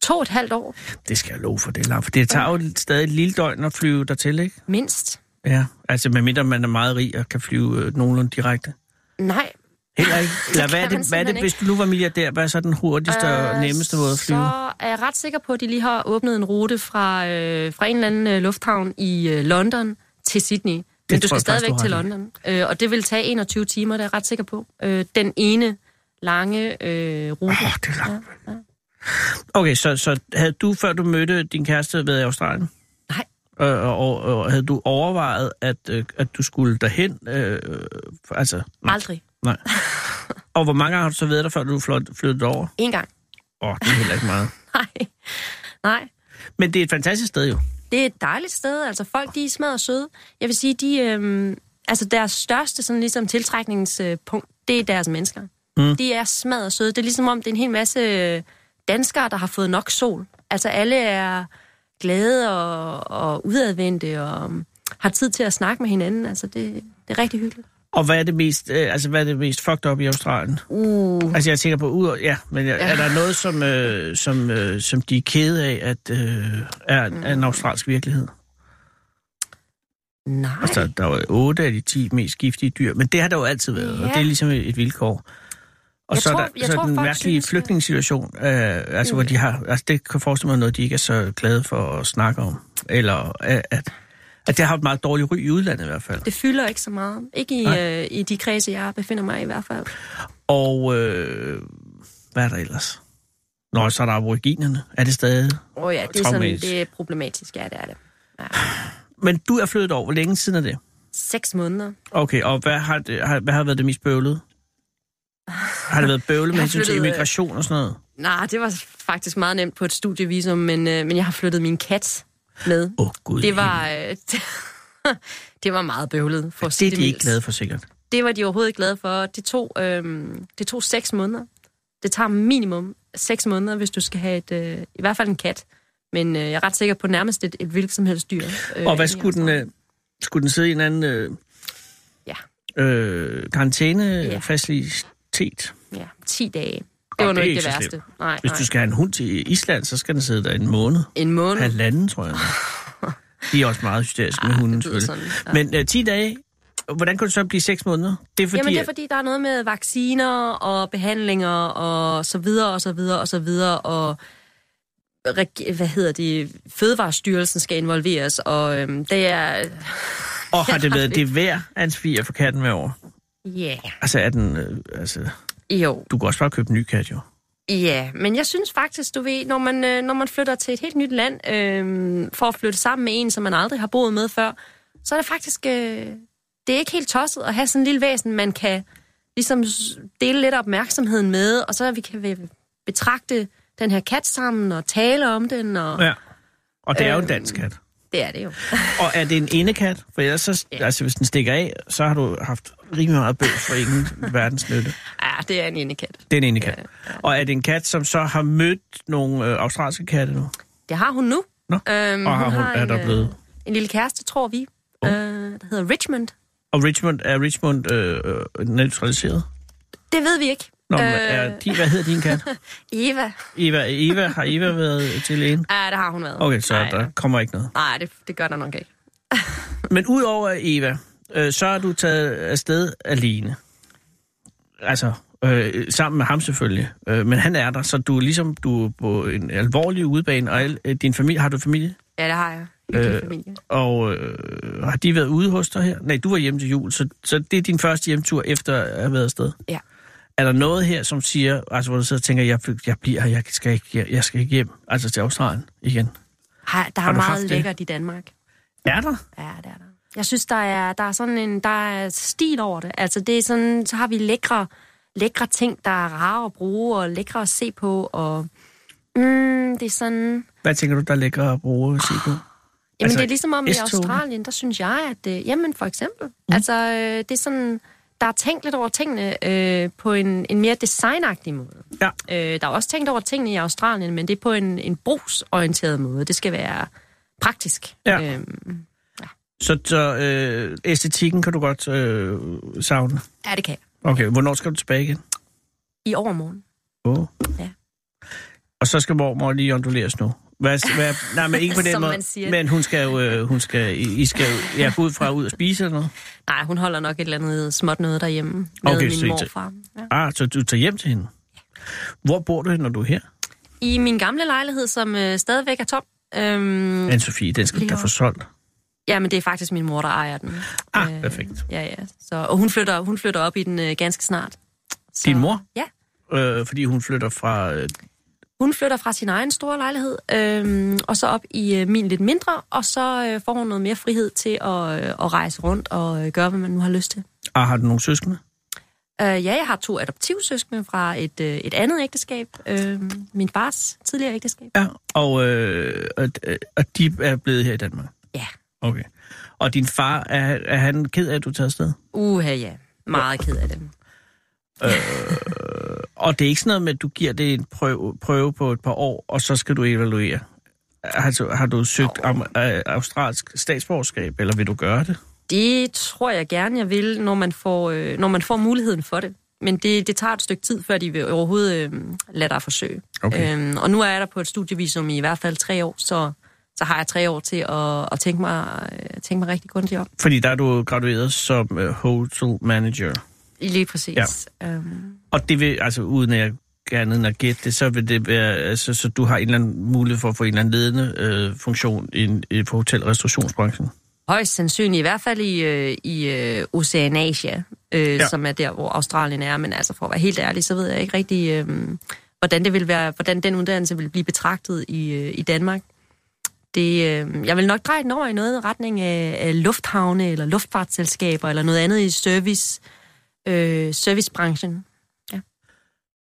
Speaker 6: to og et halvt år,
Speaker 4: Det skal jeg love for, det er langt, for det tager jo stadig et lille døgn at flyve dertil, ikke?
Speaker 6: mindst.
Speaker 4: Ja, altså medmindre man er meget rig og kan flyve øh, nogenlunde direkte.
Speaker 6: Nej.
Speaker 4: Heller ikke. Eller hvad er
Speaker 6: kan man
Speaker 4: det, hvad er det
Speaker 6: simpelthen
Speaker 4: hvis du nu var milliardær, hvad er så den hurtigste og
Speaker 6: Øh,
Speaker 4: nemmeste måde at flyve?
Speaker 6: Så er jeg ret sikker på, at de lige har åbnet en rute fra, øh, fra en eller anden øh, lufthavn i øh, London til Sydney. Men
Speaker 4: tror
Speaker 6: du
Speaker 4: jeg
Speaker 6: skal
Speaker 4: faktisk, du
Speaker 6: stadigvæk
Speaker 4: har
Speaker 6: til
Speaker 4: ret i.
Speaker 6: London, øh, og det vil tage 21 timer, det er jeg ret sikker på. Øh, den ene lange øh, rute.
Speaker 4: Åh, det er langt. Okay, så, så havde du, før du mødte din kæreste, været i Australien?
Speaker 6: Nej.
Speaker 4: Og, og, og, og havde du overvejet, at, øh, at du skulle derhen? Øh, for- altså, nej.
Speaker 6: Aldrig.
Speaker 4: nej. Og hvor mange gange har du så været der, før du flot- flyttede over?
Speaker 6: En gang.
Speaker 4: Åh, oh, det er heller ikke meget.
Speaker 6: Nej. Nej.
Speaker 4: Men det er et fantastisk sted jo.
Speaker 6: Det er et dejligt sted. Altså, folk, de er smadret søde. Jeg vil sige, de... Øhm, altså, deres største sådan ligesom tiltrækningspunkt, det er deres mennesker. Mm. De er smadret søde. Det er ligesom om, det er en hel masse øh, danskere, der har fået nok sol. Altså, alle er glade og, og udadvendte og um, har tid til at snakke med hinanden. Altså, det, det er rigtig hyggeligt.
Speaker 4: Og hvad er det mest, øh, altså, hvad er det mest fucked up i Australien?
Speaker 6: Uh.
Speaker 4: Altså, jeg tænker på ud... Ja, men er, er der noget, som, øh, som, øh, som de er kede af, at øh, er,
Speaker 6: Mm.
Speaker 4: er en australsk virkelighed?
Speaker 6: Nej.
Speaker 4: Altså, der var otte af de ti mest giftige dyr, men det har der jo altid været, ja. og
Speaker 6: Ja.
Speaker 4: det er ligesom et et vilkår. Og
Speaker 6: Jeg
Speaker 4: så
Speaker 6: tror-
Speaker 4: er der
Speaker 6: jeg
Speaker 4: så
Speaker 6: tror,
Speaker 4: den
Speaker 6: folk
Speaker 4: mærkelige
Speaker 6: synes, at- Mm.
Speaker 4: flygtningssituation, øh, altså, hvor de har, altså, det kan jeg forestille mig er noget, de ikke er så glade for at snakke om. Eller øh, at, at det har et meget dårligt ry i udlandet i hvert fald.
Speaker 6: Det fylder ikke så meget. Ikke i,
Speaker 4: Nej.
Speaker 6: øh, i de kredse, jeg befinder mig i, i hvert fald.
Speaker 4: Og øh, hvad er der ellers? Nå, så er der aboriginerne. Er det stadig?
Speaker 6: Åh oh, ja, det er, sådan,
Speaker 4: Traumatisk.
Speaker 6: det er problematisk. Ja, det er det.
Speaker 4: Men du er flyttet over. Hvor længe siden er det?
Speaker 6: Seks måneder.
Speaker 4: Okay, og hvad har, det, har, hvad har været det mest bøvlede? Har det været bøvle med
Speaker 6: Jeg har
Speaker 4: hensyn til
Speaker 6: flyttet, øh,
Speaker 4: immigration og sådan noget?
Speaker 6: Nej, det var faktisk meget nemt på et studievisum, men, øh, men jeg har flyttet min kat med.
Speaker 4: Åh, oh, gud.
Speaker 6: Det var, øh, det var meget bøvlet, for at
Speaker 4: det
Speaker 6: sige
Speaker 4: er de ikke
Speaker 6: mildt.
Speaker 4: glade for sikkert.
Speaker 6: Det var de overhovedet ikke glade for. Det tog, øh, det tog seks måneder. Det tager minimum seks måneder, hvis du skal have et, øh, i hvert fald en kat. Men øh, jeg er ret sikker på nærmest et, et hvilket som helst dyr. Øh,
Speaker 4: Og hvad
Speaker 6: i
Speaker 4: skulle den,
Speaker 6: Australien.
Speaker 4: øh, skulle den sidde i en anden øh,
Speaker 6: Ja,
Speaker 4: øh,
Speaker 6: Ja.
Speaker 4: karantænefacilitet?
Speaker 6: ja, 10 dage.
Speaker 4: Og
Speaker 6: Det
Speaker 4: øh?
Speaker 6: var
Speaker 4: det
Speaker 6: nu
Speaker 4: er
Speaker 6: ikke
Speaker 4: ikke
Speaker 6: det
Speaker 4: så
Speaker 6: værste. Nej,
Speaker 4: Hvis
Speaker 6: nej.
Speaker 4: du skal have en hund til Island, så skal den sidde der en måned.
Speaker 6: En måned.
Speaker 4: Halvanden, tror jeg. De er også meget hysteriske med
Speaker 6: Ah, det
Speaker 4: hunden,
Speaker 6: lyder
Speaker 4: selvfølgelig.
Speaker 6: sådan,
Speaker 4: Men øh, 10 dage, hvordan kunne det så blive 6 måneder? Det er fordi,
Speaker 6: Fordi... Jamen, det
Speaker 4: at-
Speaker 6: er fordi, der er noget med vacciner og behandlinger og så videre og så videre og så videre, og reg- hvad hedder det, Fødevarestyrelsen skal involveres, og øhm, det er,
Speaker 4: Og har det
Speaker 6: Ja,
Speaker 4: været det værd, Anne-Sophie, at få katten med over?
Speaker 6: ja,
Speaker 4: Altså, er den, øh, altså,
Speaker 6: yeah. jo,
Speaker 4: du kan også bare købe en ny kat, jo.
Speaker 6: ja, yeah. men jeg synes faktisk, du ved, når man, øh, når man flytter til et helt nyt land, øh, for at flytte sammen med en, som man aldrig har boet med før, så er det faktisk, øh, det er ikke helt tosset at have sådan en lille væsen, man kan ligesom s- dele lidt opmærksomheden med, og så vi kan ve- betragte den her kat sammen og tale om den, og
Speaker 4: Ja. Og det er jo
Speaker 6: Øhm.
Speaker 4: en dansk kat.
Speaker 6: det er det jo.
Speaker 4: Og er det en indekat? For ellers, så,
Speaker 6: Ja.
Speaker 4: altså, hvis den stikker af, så har du haft rimelig meget bøv for ingen verdens nytte.
Speaker 6: Ja, det er en indekat.
Speaker 4: Det er en indekat. Og er det en kat, som så har mødt nogle øh, australske katte nu?
Speaker 6: Det har hun nu.
Speaker 4: Nå.
Speaker 6: Øhm,
Speaker 4: Og har hun, er
Speaker 6: en,
Speaker 4: der
Speaker 6: øh,
Speaker 4: blevet...
Speaker 6: en lille kæreste, tror vi,
Speaker 4: Oh.
Speaker 6: oh. øh, der hedder Richmond.
Speaker 4: Og Richmond, er Richmond øh, øh, neutraliseret?
Speaker 6: Det ved vi ikke.
Speaker 4: Nå, øh... er de, hvad hedder din kat?
Speaker 6: Eva.
Speaker 4: Eva, Eva, har Eva været til lægen?
Speaker 6: Ja, det har hun været.
Speaker 4: Okay, så
Speaker 6: Nej,
Speaker 4: der kommer ikke noget.
Speaker 6: Nej, det, det gør der nok ikke.
Speaker 4: Men udover Eva, øh, så er du taget afsted alene. Altså, øh, sammen med ham selvfølgelig. Øh, men han er der, så du er ligesom du er på en alvorlig udebane, og al, øh, din familie, har du familie?
Speaker 6: Ja, det har jeg. Hyggelig
Speaker 4: Øh,
Speaker 6: øh, familie.
Speaker 4: Og øh, har de været ude hos dig her? Nej, du var hjemme til jul, så, så det er din første hjemtur efter at have været afsted.
Speaker 6: Ja.
Speaker 4: Er der noget her, som siger, altså hvor du sidder og tænker, jeg, jeg bliver her, jeg skal, ikke, jeg, jeg skal ikke hjem, altså til Australien igen?
Speaker 6: Har, der
Speaker 4: har
Speaker 6: er
Speaker 4: du haft
Speaker 6: meget
Speaker 4: det?
Speaker 6: lækkert i Danmark.
Speaker 4: Er der?
Speaker 6: Ja, det er der. Jeg synes, der er, der er sådan en der er stil over det. Altså, det er sådan, så har vi lækre, lækre ting, der er rare at bruge, og lækre at se på, og... Mm, det er sådan...
Speaker 4: Hvad tænker du, der er lækre at bruge at se på?
Speaker 6: Jamen,
Speaker 4: Altså,
Speaker 6: altså, det er ligesom om i
Speaker 4: S-togene?
Speaker 6: Australien, der synes jeg, at... Øh, jamen, for eksempel. Mm. Altså, øh, det er sådan... Der er tænkt lidt over tingene øh, på en, en mere designagtig måde.
Speaker 4: Ja.
Speaker 6: Øh, der er også tænkt over tingene i Australien, men det er på en, en brugsorienteret måde. Det skal være praktisk.
Speaker 4: Ja.
Speaker 6: Øhm,
Speaker 4: Så, så øh, æstetikken kan du godt øh, savne.
Speaker 6: ja, det kan jeg.
Speaker 4: Okay, hvornår skal du tilbage igen?
Speaker 6: I overmorgen.
Speaker 4: Oh.
Speaker 6: Ja.
Speaker 4: Og så skal mormor lige onduleres nu. Hvad, hvad, nej, men ikke på den
Speaker 6: Som
Speaker 4: måde.
Speaker 6: man siger.
Speaker 4: Men hun skal jo, øh, hun skal, I I skal jo, ja, gå ud fra ud og spise eller noget.
Speaker 6: Nej, hun holder nok et eller andet småt noget derhjemme med
Speaker 4: Okay,
Speaker 6: okay,
Speaker 4: så I
Speaker 6: min
Speaker 4: tager-
Speaker 6: morfar. Ja.
Speaker 4: Ah, så du tager hjem til hende. Hvor bor du henne, når du er her?
Speaker 6: Mm. I min gamle lejlighed, som øh, stadigvæk er tom. Øhm,
Speaker 4: anne Sofie, den skal du
Speaker 6: Lige
Speaker 4: da
Speaker 6: over.
Speaker 4: få solgt.
Speaker 6: ja, men det er faktisk min mor, der ejer den.
Speaker 4: Ah, perfekt.
Speaker 6: Ja, ja. Øh, Så, og hun flytter, hun flytter op i den øh, ganske snart. Så,
Speaker 4: Din mor?
Speaker 6: Ja.
Speaker 4: Øh, fordi hun flytter fra... Øh,
Speaker 6: Hun flytter fra sin egen store lejlighed, øhm, og så op i øh, min lidt mindre, og så øh, får hun noget mere frihed til at, øh, at rejse rundt og øh, gøre, hvad man nu har lyst til.
Speaker 4: ah, har du nogle søskende?
Speaker 6: Øh, ja, jeg har to adoptivsøskende fra et, øh, et andet ægteskab, øh, min fars tidligere ægteskab.
Speaker 4: Ja. Og, øh, og, og de er blevet her i Danmark?
Speaker 6: Ja.
Speaker 4: Okay. Og din far, er, er han ked af, at du tager afsted?
Speaker 6: Uha, ja. Meget ked af det.
Speaker 4: Og det er ikke sådan noget med, at du giver det en prøve, prøve på et par år, og så skal du evaluere. Har du, har du søgt om øh, australsk statsborgerskab, eller vil du gøre det?
Speaker 6: Det tror jeg gerne, jeg vil, når man får, øh, når man får muligheden for det. Men det, det tager et stykke tid, før de vil overhovedet øh, lade dig forsøge.
Speaker 4: Okay.
Speaker 6: Øhm, og nu er jeg der på et studievisum i i hvert fald tre år, så, så har jeg tre år til at, at tænke, mig, øh, tænke mig rigtig grundigt om.
Speaker 4: Fordi der er du gradueret som øh, hotel manager.
Speaker 6: Lige præcis. Ja. Øhm,
Speaker 4: Og det vil, altså uden at jeg gerne end at gætte det, så vil det være, altså, så du har en eller anden mulighed for at få en eller anden ledende øh, funktion i, en- i, på hotel- og restaurationsbranchen.
Speaker 6: højst sandsynligt, i hvert fald i, øh, i øh, Oceanasia, øh,
Speaker 4: Ja.
Speaker 6: ja. som er der, hvor Australien er. Men altså, for at være helt ærlig, så ved jeg ikke rigtig, øh, hvordan, det vil være, hvordan den uddannelse vil blive betragtet i, øh, i Danmark. Det, øh, jeg vil nok dreje den over i noget i retning af, af lufthavne eller luftfartsselskaber eller noget andet i service, øh, servicebranchen.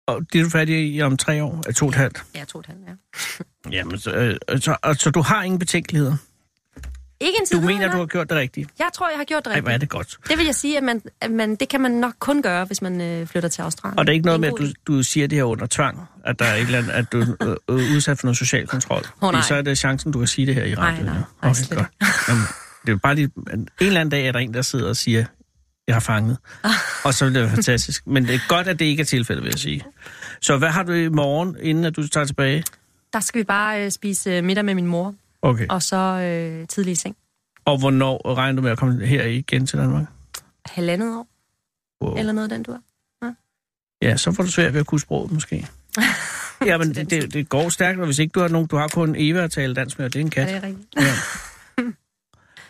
Speaker 4: Og det er du færdig i om tre år? Eh, To og et halvt?
Speaker 6: Ja, to og et halvt, ja.
Speaker 4: Jamen, så, øh, så, og, så du har ingen betænkeligheder?
Speaker 6: Ikke en
Speaker 4: Du mener, du har gjort det rigtigt?
Speaker 6: Jeg tror, jeg har gjort det
Speaker 4: Ej, hvor
Speaker 6: rigtigt.
Speaker 4: er det godt.
Speaker 6: Det vil jeg sige, at, man, at man, det kan man nok kun gøre, hvis man øh, flytter til Australien.
Speaker 4: Og det er ikke noget med, at
Speaker 6: en god
Speaker 4: du, du siger det her under tvang, at, der er et eller andet, at du er øh, udsat for noget social kontrol.
Speaker 6: Åh, nej.
Speaker 4: Fordi Så er det chancen, du kan sige det her i radioen.
Speaker 6: nej.
Speaker 4: ja.
Speaker 6: Nej,
Speaker 4: Okay,
Speaker 6: slet
Speaker 4: godt. Jamen, det er bare lige, en eller anden dag er der en, der sidder og siger, jeg har fanget. Og så er det være fantastisk. Men det er godt, at det ikke er tilfældet, vil jeg sige. Så hvad har du i morgen, inden at du tager tilbage?
Speaker 6: idé. Der skal vi bare øh, spise øh, middag med min mor,
Speaker 4: Okay.
Speaker 6: og så øh, tidlig i seng.
Speaker 4: Og hvornår regner du med at komme her igen til Danmark?
Speaker 6: Halvandet år,
Speaker 4: Wow.
Speaker 6: eller noget af den du er.
Speaker 4: Ja, så får du svært ved at kunne sproget, måske. ja, men det, det, det, går stærkt, og hvis ikke du har nogen... Du har kun Eva at tale dansk med, og det er en
Speaker 6: Er
Speaker 4: kat.
Speaker 6: det rigtigt?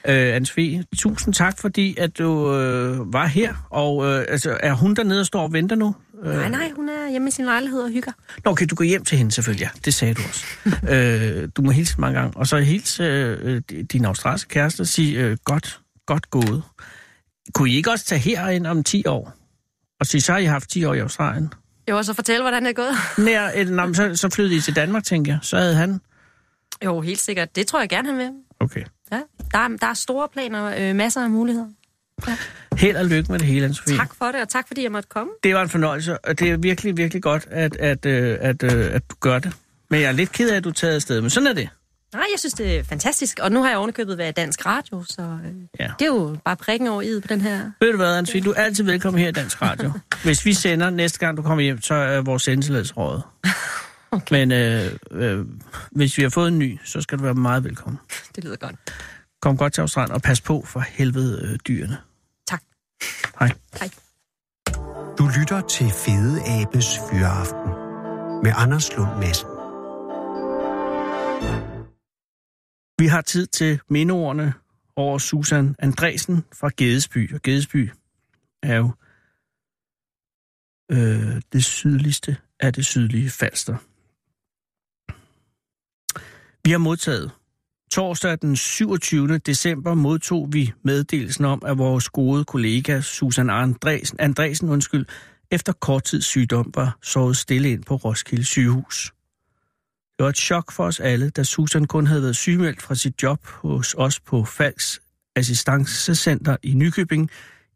Speaker 4: Øh, Anne-Sophie, tusind tak, fordi at du øh, var her. Og øh, altså, er hun dernede og står og venter nu? Øh,
Speaker 6: Nej, nej, hun er hjemme i sin lejlighed og hygger.
Speaker 4: Nå, okay, du går hjem til hende selvfølgelig, ja. Det sagde du også. øh, du må hilse mange gange. Og så hils øh, øh, din australske kæreste og sige, øh, godt, godt gået. Kunne I ikke også tage herind om 10 år? Og sige, så har I haft 10 år i Australien.
Speaker 6: Jo, og så fortælle, hvordan det er gået.
Speaker 4: Nær, øh, nå, men så, så flyttede I til Danmark, tænker jeg. Så havde han...
Speaker 6: Jo, helt sikkert. Det tror jeg gerne, han vil.
Speaker 4: Okay.
Speaker 6: Ja. Der, er, der er store planer, øh, masser af muligheder.
Speaker 4: Held og lykke med det hele, Anne-Sophie.
Speaker 6: Tak for det, og tak fordi jeg måtte komme.
Speaker 4: Det var en fornøjelse, og det er virkelig, virkelig godt, at, at, øh, at, øh, at du gør det. Men jeg er lidt ked af, at du er taget afsted, men sådan er det.
Speaker 6: Nej, jeg synes, det er fantastisk. Og nu har jeg ovenikøbet været i dansk radio, så øh,
Speaker 4: Ja.
Speaker 6: det er jo bare prikken over i på den her.
Speaker 4: Ved du hvad, Anne du er altid velkommen her i Dansk Radio. Hvis vi sender næste gang, du kommer hjem, så er vores sendelsesråd. Okay. Men øh, øh, hvis vi har fået en ny, så skal du være meget velkommen.
Speaker 6: Det lyder godt.
Speaker 4: Kom godt til Australien, og pas på for helvede øh, dyrene.
Speaker 6: Tak.
Speaker 4: Hej.
Speaker 6: Hej.
Speaker 1: Du lytter til Fede Abes Fyraften med Anders Lund Madsen.
Speaker 4: Vi har tid til mindeordene over Susan Andresen fra Gedesby. Og Gedesby er jo øh, det sydligste af det sydlige Falster. Vi har modtaget. Torsdag den 27. december modtog vi meddelelsen om, at vores gode kollega Susan Andresen, Andresen undskyld, efter kort tid sygdom var sovet stille ind på Roskilde sygehus. Det var et chok for os alle, da Susan kun havde været sygemeldt fra sit job hos os på Falks Assistancecenter i Nykøbing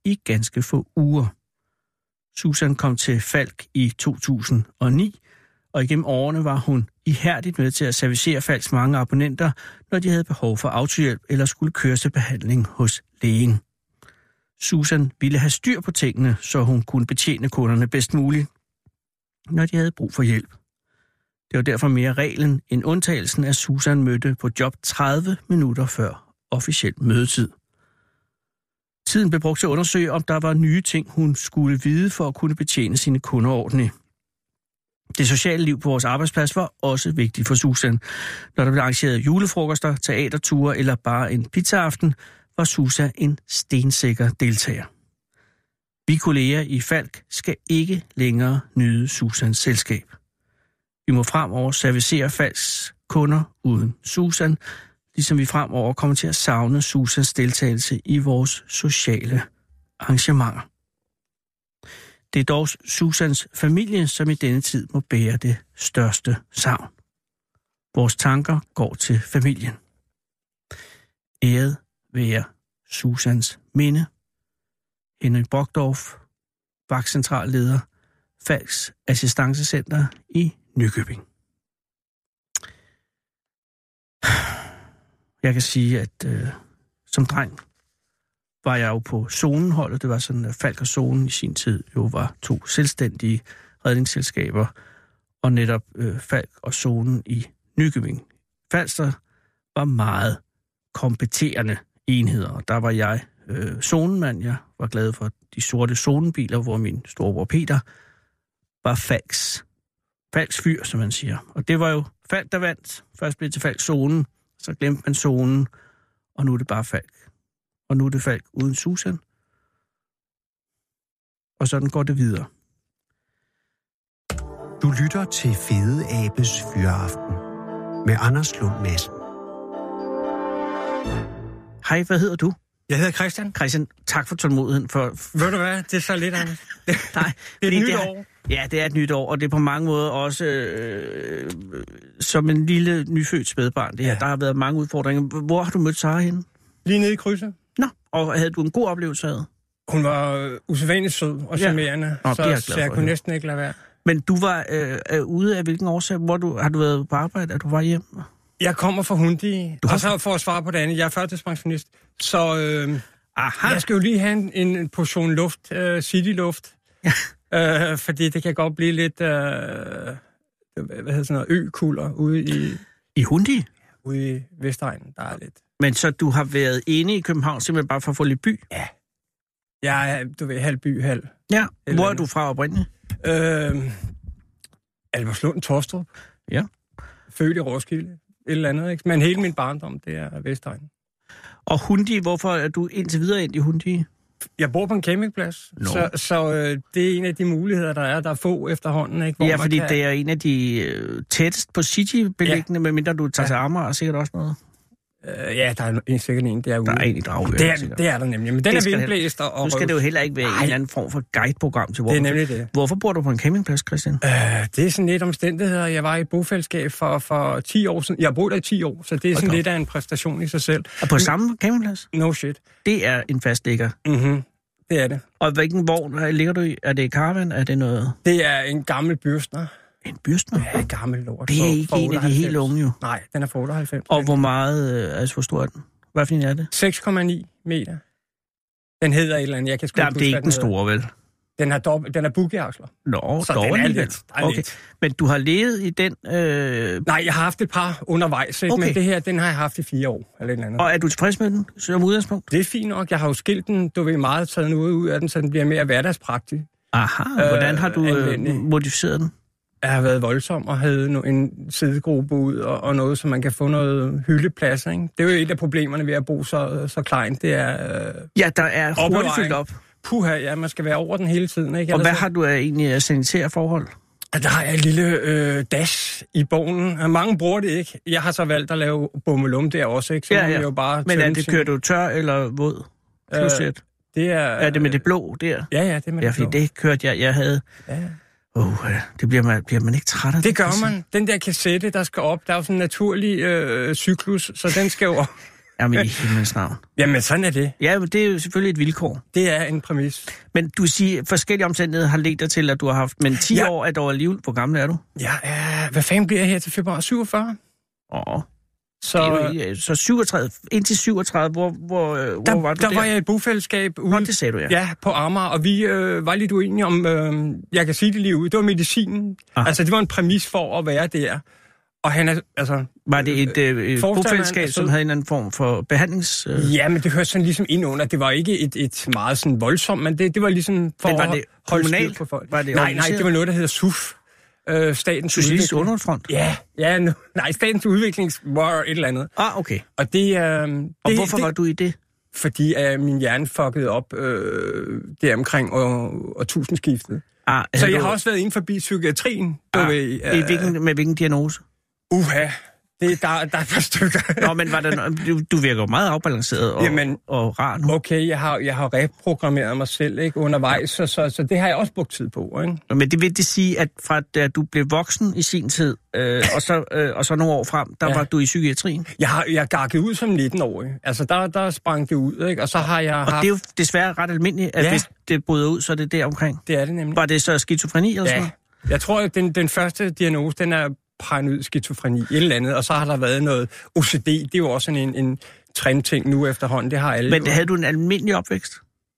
Speaker 4: i ganske få uger. Susan kom til Falk i 2009, og igennem årene var hun ihærdigt med til at servicere Falks mange abonnenter, når de havde behov for autohjælp eller skulle køre til behandling hos lægen. Susan ville have styr på tingene, så hun kunne betjene kunderne bedst muligt, når de havde brug for hjælp. Det var derfor mere reglen end undtagelsen, at Susan mødte på job 30 minutter før officiel mødetid. Tiden blev brugt til at undersøge, om der var nye ting, hun skulle vide for at kunne betjene sine kunder ordentligt. Det sociale liv på vores arbejdsplads var også vigtigt for Susan. Når der blev arrangeret julefrokoster, teaterture eller bare en pizzaaften, var Susan en stensikker deltager. Vi kolleger i Falk skal ikke længere nyde Susans selskab. Vi må fremover servicere falsk kunder uden Susan, ligesom vi fremover kommer til at savne Susans deltagelse i vores sociale arrangementer. Det er dog Susans familie, som i denne tid må bære det største savn. Vores tanker går til familien. Æret være Susans minde. Henrik Brogdorf, vagtcentralleder, Falks Assistancecenter i Nykøbing. Jeg kan sige, at øh, som dreng var jeg jo på zonenholdet. Det var sådan, at Falk og Zonen i sin tid jo var to selvstændige redningsselskaber, og netop øh, Falk og Zonen i Nykøbing. Falster var meget kompeterende enheder, og der var jeg øh, zonemand. Jeg var glad for de sorte zonenbiler, hvor min storebror Peter var Falks. Falks fyr, som man siger. Og det var jo Falk, der vandt. Først blev det til Falk zonen, så glemte man zonen, og nu er det bare Falk. Og nu er det Falk uden Susan. Og sådan går det videre.
Speaker 1: Du lytter til Fede Abes Fyraften med Anders Lund Madsen.
Speaker 4: Hej, hvad hedder du?
Speaker 7: Jeg hedder Christian.
Speaker 4: Christian, tak for tålmodigheden. For,
Speaker 7: Ved du hvad? Det er så lidt, Anders.
Speaker 4: nej,
Speaker 7: Det er
Speaker 4: fordi
Speaker 7: et nyt
Speaker 4: har-
Speaker 7: år.
Speaker 4: Ja, det er et nyt år, og det er på mange måder også øh, som en lille nyfødt spædbarn. Det her.
Speaker 7: Ja.
Speaker 4: Ja. Der har været mange udfordringer. Hvor har du mødt Sara henne?
Speaker 7: Lige nede i krydset.
Speaker 4: Nå, og havde du en god oplevelse af det?
Speaker 7: Hun var øh, usædvanligt sød og
Speaker 4: Ja.
Speaker 7: charmerende,
Speaker 4: Nå,
Speaker 7: ja.
Speaker 4: det er jeg glad
Speaker 7: så, så
Speaker 4: for
Speaker 7: jeg
Speaker 4: at
Speaker 7: kunne
Speaker 4: høre.
Speaker 7: næsten ikke lade være.
Speaker 4: Men du var øh, øh, ude af hvilken årsag? Hvor du, har du været på arbejde? Er du var hjem?
Speaker 7: Jeg kommer fra Hundi,
Speaker 4: Du har-
Speaker 7: og så for at svare på det andet, jeg er førtidspensionist, så øh,
Speaker 4: Aha,
Speaker 7: jeg skal jo lige have en, en en portion luft, øh, cityluft, ja. øh, fordi det kan godt blive lidt, øh, hvad hedder sådan noget, økulder ude i,
Speaker 4: i Hundi.
Speaker 7: ude i Vestegnen, der er lidt.
Speaker 4: Men så du har været inde i København simpelthen bare for at få lidt by?
Speaker 7: Jeg er, du ved, halv by, halv.
Speaker 4: Ja. Hvor er
Speaker 7: andet.
Speaker 4: du fra oprindeligt?
Speaker 7: Øh, Alberslund, Torstrup.
Speaker 4: Ja.
Speaker 7: Født i Roskilde, et eller andet, ikke? Men hele min barndom, det er Vestegnen.
Speaker 4: Og Hundi, hvorfor er du indtil videre ind i Hundi?
Speaker 7: Jeg bor på en campingplads,
Speaker 4: Nå.
Speaker 7: så, så øh, det er en af de muligheder, der er. Der er få efterhånden, ikke?
Speaker 4: Ja,
Speaker 7: man
Speaker 4: fordi
Speaker 7: kan...
Speaker 4: det er en af de øh, tættest på City-beliggende, ja. medmindre du tager ja. til Amager og sikkert også noget.
Speaker 7: Øh, ja, der er en, sikkert en derude.
Speaker 4: Der er en i Dragør,
Speaker 7: Det er,
Speaker 4: sikkert.
Speaker 7: det er der nemlig,
Speaker 4: Det
Speaker 7: men den det er
Speaker 4: skal
Speaker 7: vindblæst og og
Speaker 4: Nu skal det jo
Speaker 7: røv.
Speaker 4: heller ikke være Ej. en eller anden form for guideprogram til
Speaker 7: Det er
Speaker 4: hvorfor.
Speaker 7: nemlig det.
Speaker 4: Hvorfor bor du på en campingplads, Christian?
Speaker 7: Øh, det er sådan lidt omstændigheder. Jeg var i et bofællesskab for, for 10 år siden. Jeg har boet der i 10 år, så det er sådan
Speaker 4: da op.
Speaker 7: lidt af en præstation i sig selv.
Speaker 4: Og på samme campingplads?
Speaker 7: No shit.
Speaker 4: Det er en fast ligger.
Speaker 7: Mm-hmm. Det er det.
Speaker 4: Og hvilken vogn øh, ligger du i? Er det caravan? Er det noget?
Speaker 7: Det er en gammel byrstner.
Speaker 4: En byrstner?
Speaker 7: Ja, gammel lort.
Speaker 4: Det er
Speaker 7: Fra-
Speaker 4: ikke
Speaker 7: fra
Speaker 4: en af de
Speaker 7: 98.
Speaker 4: helt unge jo.
Speaker 7: Nej, den er fra 98.
Speaker 4: Og hvor meget, øh, altså hvor stor er den? Hvad for en er det?
Speaker 7: 6,9 meter. Den hedder et eller andet, jeg kan sgu
Speaker 4: Jamen, det er
Speaker 7: huske,
Speaker 4: ikke
Speaker 7: hvad
Speaker 4: den
Speaker 7: hedder.
Speaker 4: store, vel?
Speaker 7: Den har, dob- den har buggeaksler.
Speaker 4: Nå,
Speaker 7: Så
Speaker 4: dog
Speaker 7: den er
Speaker 4: alligevel.
Speaker 7: lidt- der er
Speaker 4: okay.
Speaker 7: lidt.
Speaker 4: Men du har levet i den, øh,
Speaker 7: Nej, jeg har haft et par undervejs, ikke? Okay.
Speaker 4: Okay.
Speaker 7: men det her, den har jeg haft i fire år, eller et eller andet.
Speaker 4: og er du tilfreds med den som udgangspunkt?
Speaker 7: Det er fint nok. Jeg har jo skilt den, du ved, meget taget noget ud af den, så den bliver mere hverdagspraktisk.
Speaker 4: Aha, hvordan har du øh,
Speaker 7: anvendelig.
Speaker 4: modificeret den?
Speaker 7: Jeg har været voldsom og havde no- en sidegruppe ud og, og noget, så man kan få noget hyldeplads. Ikke? Det er jo et af problemerne ved at bo så, så kleint. Det er, øh,
Speaker 4: Ja, der er hurtigt
Speaker 7: Opbevaring.
Speaker 4: fyldt op.
Speaker 7: puha, ja, man skal være over den hele tiden. Ikke?
Speaker 4: Og
Speaker 7: Ellers
Speaker 4: hvad
Speaker 7: så-
Speaker 4: har du af egentlig af sanitære forhold?
Speaker 7: Der har jeg et lille øh, dash i bogen. Mange bruger det ikke. Jeg har så valgt at lave bummelum der også, ikke? Så må man jo bare
Speaker 4: Men er
Speaker 7: tømme
Speaker 4: det,
Speaker 7: sin-
Speaker 4: kører du tør eller våd? Øh,
Speaker 7: Det er,
Speaker 4: er det med det blå der?
Speaker 7: Ja, ja, det er med
Speaker 4: Ja,
Speaker 7: det,
Speaker 4: fordi
Speaker 7: blå.
Speaker 4: det kørte jeg, jeg havde.
Speaker 7: Ja.
Speaker 4: Uh, det bliver man, bliver man ikke træt af.
Speaker 7: det gør
Speaker 4: altså?
Speaker 7: man. Den der kassette, der skal op, der er jo sådan en naturlig øh, cyklus, så den skal jo op.
Speaker 4: Jamen i himlens navn.
Speaker 7: Jamen, sådan er det.
Speaker 4: Ja, men det er jo selvfølgelig et vilkår.
Speaker 7: Det er en præmis.
Speaker 4: Men du siger, forskellige omstændigheder har ledt dig til, at du har haft, men 10
Speaker 7: Ja.
Speaker 4: ja. år er dog alligevel. Hvor gammel er du?
Speaker 7: Ja, øh, hvad fanden bliver jeg her til februar 47?
Speaker 4: Åh,
Speaker 7: Så
Speaker 4: det er jo, ikke- så 37, indtil 37, hvor, hvor, øh, hvor
Speaker 7: der,
Speaker 4: var du
Speaker 7: der,
Speaker 4: der?
Speaker 7: var jeg i et bofællesskab ude.
Speaker 4: Nå, det sagde du, ja.
Speaker 7: Ja, på Amager, og vi øh, var lidt uenige om, øh, jeg kan sige det lige ud, det var medicinen.
Speaker 4: Ah.
Speaker 7: Ah. Altså, det var en præmis for at være der. Og han er, altså,
Speaker 4: Var det et øh, øh,
Speaker 7: Forstanderen
Speaker 4: bofællesskab,
Speaker 7: er sød.
Speaker 4: som havde en eller anden form for behandlings... Øh,
Speaker 7: altså- ja, men det hørte sådan ligesom ind under, det var ikke et, et meget sådan voldsomt, men det, det var ligesom for
Speaker 4: Men var
Speaker 7: at
Speaker 4: det
Speaker 7: holde styr
Speaker 4: kommunalt?
Speaker 7: på folk.
Speaker 4: Var det
Speaker 7: nej, nej,
Speaker 4: organiseret?
Speaker 7: det var noget, der hedder SUF. Øh, statens
Speaker 4: Socialistisk
Speaker 7: Udvikling-
Speaker 4: Underfront?
Speaker 7: Ja, ja, nu, nej, Statens Udviklings var et eller andet.
Speaker 4: Ah, okay.
Speaker 7: Og det, øh, det
Speaker 4: Og det, hvorfor
Speaker 7: det,
Speaker 4: det... var du i det?
Speaker 7: Fordi øh, min hjerne fuckede op øh, der omkring år, årtusindskiftet.
Speaker 4: Ah,
Speaker 7: Så
Speaker 4: havde
Speaker 7: jeg
Speaker 4: du-
Speaker 7: har også været inden forbi psykiatrien. Du
Speaker 4: Ah,
Speaker 7: ved, øh,
Speaker 4: I hvilken, med hvilken diagnose?
Speaker 7: Uha, det, der, der er et par stykker.
Speaker 4: Nå, men var der, no- du, du virker jo meget afbalanceret og,
Speaker 7: Jamen-
Speaker 4: og rar nu.
Speaker 7: Okay, jeg har, jeg har reprogrammeret mig selv ikke, undervejs, så, så, så det har jeg også brugt tid på. Ikke?
Speaker 4: Men det vil det sige, at fra da du blev voksen i sin tid, øh, og, så, øh, og så nogle år frem, der
Speaker 7: Ja.
Speaker 4: ja. var du i psykiatrien.
Speaker 7: Jeg har jeg gakket ud som 19-årig. Altså, der, der sprang det ud, ikke? og så har jeg
Speaker 4: Og
Speaker 7: haft...
Speaker 4: det er jo desværre ret almindeligt, at
Speaker 7: Ja.
Speaker 4: ja. hvis det bryder ud, så er det der omkring.
Speaker 7: det, er det nemlig.
Speaker 4: Var det så skizofreni eller sådan
Speaker 7: Ja.
Speaker 4: noget?
Speaker 7: Jeg tror, at den, den første diagnose, den er paranoid skizofreni, et eller andet, og så har der været noget OCD, det er jo også sådan en, en trendting nu efterhånden, det har alle.
Speaker 4: Men
Speaker 7: jo.
Speaker 4: havde du en almindelig opvækst?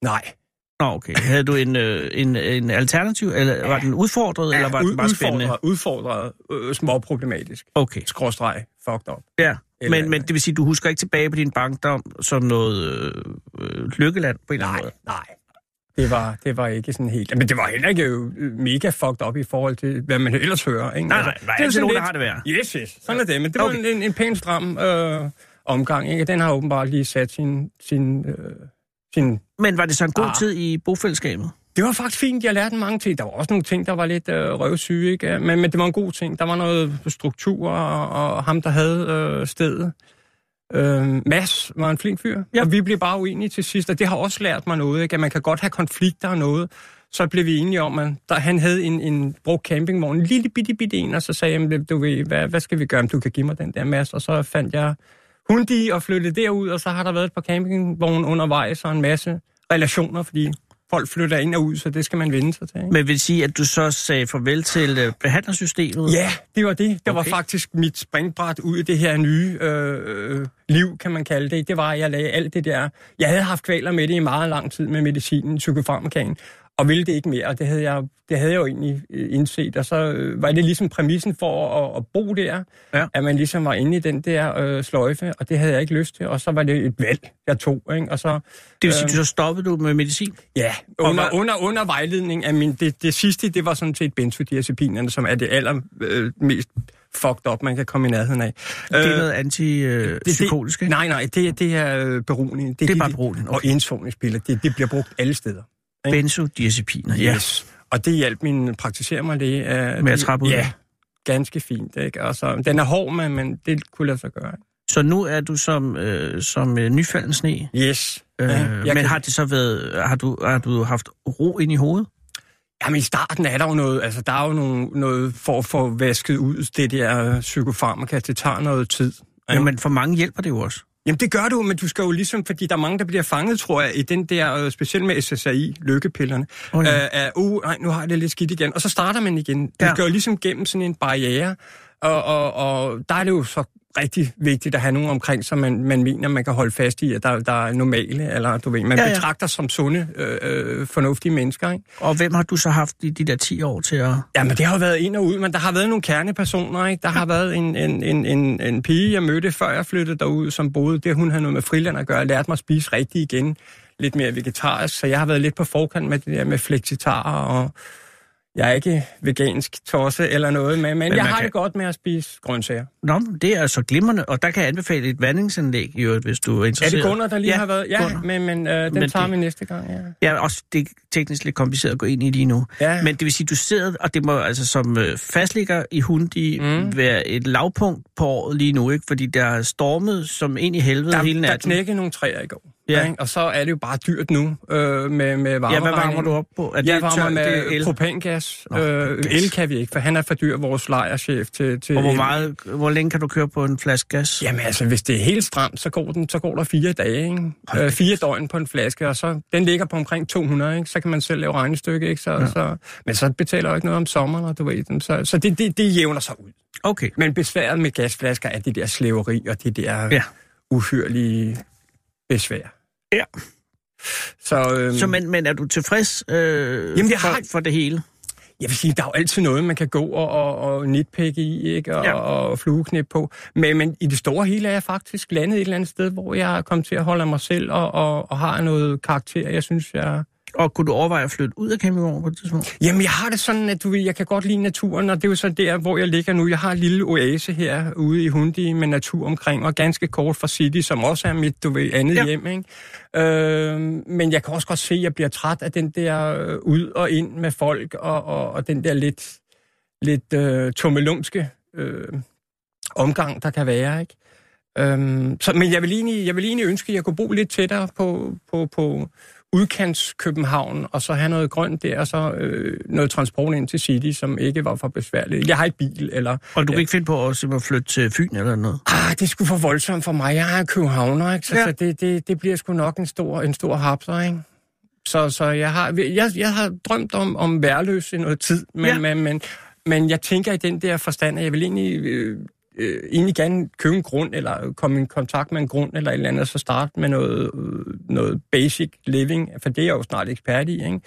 Speaker 7: Nej,
Speaker 4: Nå, okay. Havde du en, øh, en, en alternativ, eller ja. var den udfordret, ja, eller var
Speaker 7: ud-
Speaker 4: den bare spændende?
Speaker 7: udfordret, udfordret øh, småproblematisk.
Speaker 4: Okay,
Speaker 7: Skråstreg, fucked up.
Speaker 4: ja.
Speaker 7: Eller-
Speaker 4: Men, men det vil sige, du husker ikke tilbage på din barndom som noget øh, øh, lykkeland på en eller anden
Speaker 7: Nej,
Speaker 4: måde?
Speaker 7: nej. Det var, det var ikke sådan helt... Men det var heller ikke jo mega fucked up i forhold til, hvad man ellers hører. Ikke?
Speaker 4: Nej,
Speaker 7: Altså,
Speaker 4: nej, der er altid
Speaker 7: sådan
Speaker 4: nogen, der har det værre.
Speaker 7: Yes, yes. Sådan er det. Men det var
Speaker 4: Okay.
Speaker 7: en, en, en pæn stram øh, omgang. Ikke? Den har åbenbart lige sat sin... sin, øh, sin
Speaker 4: Men var det så en god
Speaker 7: Ah.
Speaker 4: ah. tid i bofællesskabet?
Speaker 7: det var faktisk fint, jeg lærte mange ting. Der var også nogle ting, der var lidt øh, røvsyge, ikke? Men, men det var en god ting. Der var noget struktur, og, og ham, der havde øh, stedet, Øh, Mads var en flink fyr,
Speaker 4: Ja.
Speaker 7: ja. og vi blev bare uenige til sidst, og det har også lært mig noget, ikke? at man kan godt have konflikter og noget. Så blev vi enige om, at der, han havde en, en brugt campingvogn, en lille bitte, bitte en, og så sagde jeg, "Jamen, du ved, hvad, hvad skal vi gøre, om du kan give mig den der Mads? Og så fandt jeg hundi og flyttede derud, og så har der været et par campingvogne undervejs, og en masse relationer, fordi folk flytter ind og ud, så det skal man vende sig til. Ikke?
Speaker 4: Men vil sige, at du så sagde farvel til øh, behandlersystemet?
Speaker 7: Ja, det var det. Det okay. var
Speaker 4: Okay.
Speaker 7: faktisk mit springbræt ud i det her nye øh, øh, liv, kan man kalde det. Det var, at jeg lagde alt det der... Jeg havde haft kvaler med det i meget lang tid med medicinen, psykofarmakaen, og ville det ikke mere, og det havde jeg, det havde jeg jo egentlig øh, indset. Og så øh, var det ligesom præmissen for at, at bo der,
Speaker 4: Ja.
Speaker 7: ja. at man ligesom var inde i den der øh, sløjfe, og det havde jeg ikke lyst til, og så var det et valg, jeg tog. Ikke? Og så,
Speaker 4: Det
Speaker 7: øh.
Speaker 4: vil sige, at så stoppede du med medicin?
Speaker 7: Ja, under,
Speaker 4: hvad-
Speaker 7: under, under vejledning af min... Det, det sidste, det var sådan set benzodiazepinerne, som er det allermest øh, mest fucked up, man kan komme i nærheden af. Øh,
Speaker 4: Det er noget antipsykotisk, ikke?
Speaker 7: Nej, nej, det, det er øh, beroligende.
Speaker 4: Det er
Speaker 7: de-
Speaker 4: bare beroligende,
Speaker 7: Og
Speaker 4: okay.
Speaker 7: indsovningspiller, det, det bliver brugt alle steder. ikke?
Speaker 4: Benzodiazepiner, ja.
Speaker 7: Yes. Og det hjalp min praktiserer mig læge. Øh,
Speaker 4: Med at trappe ud af.
Speaker 7: Ja, ganske fint. Ikke? Og så, den er hård, men, men det kunne lade sig gøre.
Speaker 4: Så nu er du som, øh, som øh, nyfalden sne.
Speaker 7: Yes.
Speaker 4: Øh,
Speaker 7: Ja, jeg
Speaker 4: men
Speaker 7: kan-
Speaker 4: har det så været, har du, har du haft ro ind i hovedet?
Speaker 7: Jamen i starten er der jo noget, altså der er jo nogle, noget for at få vasket ud det der øh, psykofarmaka, det tager noget tid.
Speaker 4: Ja. Jamen, for mange hjælper det jo også.
Speaker 7: Jamen det gør du, men du skal jo ligesom, fordi der er mange, der bliver fanget, tror jeg, i den der, øh, specielt med SSRI, lykkepillerne,
Speaker 4: Åh,
Speaker 7: oh,
Speaker 4: ja.
Speaker 7: ja. øh, af, uh, nej, nu har jeg det lidt skidt igen, og så starter man igen. Du
Speaker 4: Ja.
Speaker 7: ja. skal jo ligesom gennem sådan en barriere, og, og, og der er det jo så rigtig vigtigt at have nogen omkring, som man, man mener, man kan holde fast i, at der, der er normale, eller du ved, man
Speaker 4: Ja, ja.
Speaker 7: ja, ja. betragter som sunde, øh, øh, fornuftige mennesker, ikke?
Speaker 4: Og hvem har du så haft i de der 10 år til at...
Speaker 7: Jamen, det har jo været ind og ud, men der har været nogle kernepersoner, ikke? Der har været en, en, en, en, en pige, jeg mødte, før jeg flyttede derud, som boede der. Hun havde noget med friland at gøre, lærte mig at spise rigtigt igen. Lidt mere vegetarisk, så jeg har været lidt på forkant med det der med fleksitarer, og jeg er ikke vegansk tosse eller noget, men, men, men jeg
Speaker 4: man
Speaker 7: har
Speaker 4: kan-
Speaker 7: det godt med at spise grøntsager.
Speaker 4: Nå, men det er så glimrende, og der kan jeg anbefale et vandingsanlæg, i øvrigt, hvis du er
Speaker 7: Er
Speaker 4: interesseret.
Speaker 7: det kunder, der lige
Speaker 4: ja,
Speaker 7: ja, har været? Ja,
Speaker 4: Gunnar.
Speaker 7: men, men øh, den
Speaker 4: Men
Speaker 7: men tager
Speaker 4: det-
Speaker 7: det... vi næste gang, ja.
Speaker 4: Ja, også det er teknisk lidt kompliceret at gå ind i lige nu.
Speaker 7: Ja.
Speaker 4: Men det vil sige, du sidder, og det må altså som øh, fastligger i Hundi mm.
Speaker 7: Mm.
Speaker 4: være et lavpunkt på året lige nu, ikke? Fordi der er stormet som ind i helvede
Speaker 7: Der,
Speaker 4: hele
Speaker 7: der
Speaker 4: natten.
Speaker 7: knækkede nogle træer i går,
Speaker 4: Ja.
Speaker 7: ja. ikke? og så er det jo bare dyrt nu øh, med, med varme
Speaker 4: ja, hvad varmer du op på? Er
Speaker 7: Jeg varmer
Speaker 4: tør-
Speaker 7: med
Speaker 4: det er el?
Speaker 7: propangas.
Speaker 4: Nå,
Speaker 7: øh,
Speaker 4: propangas.
Speaker 7: el kan vi ikke, for han er for dyr, vores lejerchef, til, til
Speaker 4: Og hvor,
Speaker 7: el.
Speaker 4: meget, hvor længe kan du køre på en flaske gas?
Speaker 7: Jamen altså, hvis det er helt stramt, så går, den, så går der fire dage, ikke? Øh, fire døgn på en flaske, og så, den ligger på omkring 200, ikke? Så kan man selv lave regnestykke, ikke? Så, ja. så, men så betaler jeg jo ikke noget om sommeren, og du ved dem. Så, så det, det, det jævner sig ud.
Speaker 4: Okay.
Speaker 7: Men besværet med gasflasker er det der slaveri og det der
Speaker 4: Ja.
Speaker 7: ja. uhyrlige besvær.
Speaker 4: Ja.
Speaker 7: Så, øhm,
Speaker 4: Så, men, men er du tilfreds øh,
Speaker 7: Jamen, jeg
Speaker 4: for,
Speaker 7: har-
Speaker 4: for det hele?
Speaker 7: Jeg vil sige, der er jo altid noget, man kan gå og, og, og nitpikke i, ikke? Og,
Speaker 4: Ja.
Speaker 7: ja. og flueknip på. Men, men i det store hele er jeg faktisk landet et eller andet sted, hvor jeg er kommet til at holde af mig selv og, og, og har noget karakter, jeg synes, jeg...
Speaker 4: Og kunne du overveje at flytte ud af Campingvogn på et tidspunkt?
Speaker 7: Jamen, jeg har det sådan, at du ved, jeg kan godt lide naturen, og det er jo så der, hvor jeg ligger nu. Jeg har en lille oase her ude i Hundi med natur omkring, og ganske kort fra City, som også er mit, du ved, andet
Speaker 4: Ja.
Speaker 7: ja. hjem, ikke? Øh, men jeg kan også godt se, at jeg bliver træt af den der øh, ud og ind med folk, og, og, og den der lidt, lidt øh, tummelumske øh, omgang, der kan være, ikke? Øhm, så, men jeg vil, egentlig, jeg vil egentlig ønske, at jeg kunne bo lidt tættere på, på, på udkants København, og så have noget grønt der, og så øh, noget transport ind til City, som ikke var for besværligt. Jeg har ikke bil, eller...
Speaker 4: Og du kan
Speaker 7: Ja.
Speaker 4: ikke finde på at simpelthen flytte til Fyn eller noget?
Speaker 7: Ah, det skulle for voldsomt for mig. Jeg er københavner, ikke? Så,
Speaker 4: Ja.
Speaker 7: ja. så det, det, det bliver sgu nok en stor, en stor hapser, ikke? Så, så jeg, har, jeg, jeg har drømt om, om værløs i noget tid, men,
Speaker 4: Ja.
Speaker 7: ja. men, men, men jeg tænker i den der forstand, at jeg vil egentlig, øh, øh, egentlig gerne købe en grund, eller komme i kontakt med en grund, eller et eller andet, og så starte med noget, øh, noget basic living, for det er jeg jo snart ekspert i, ikke?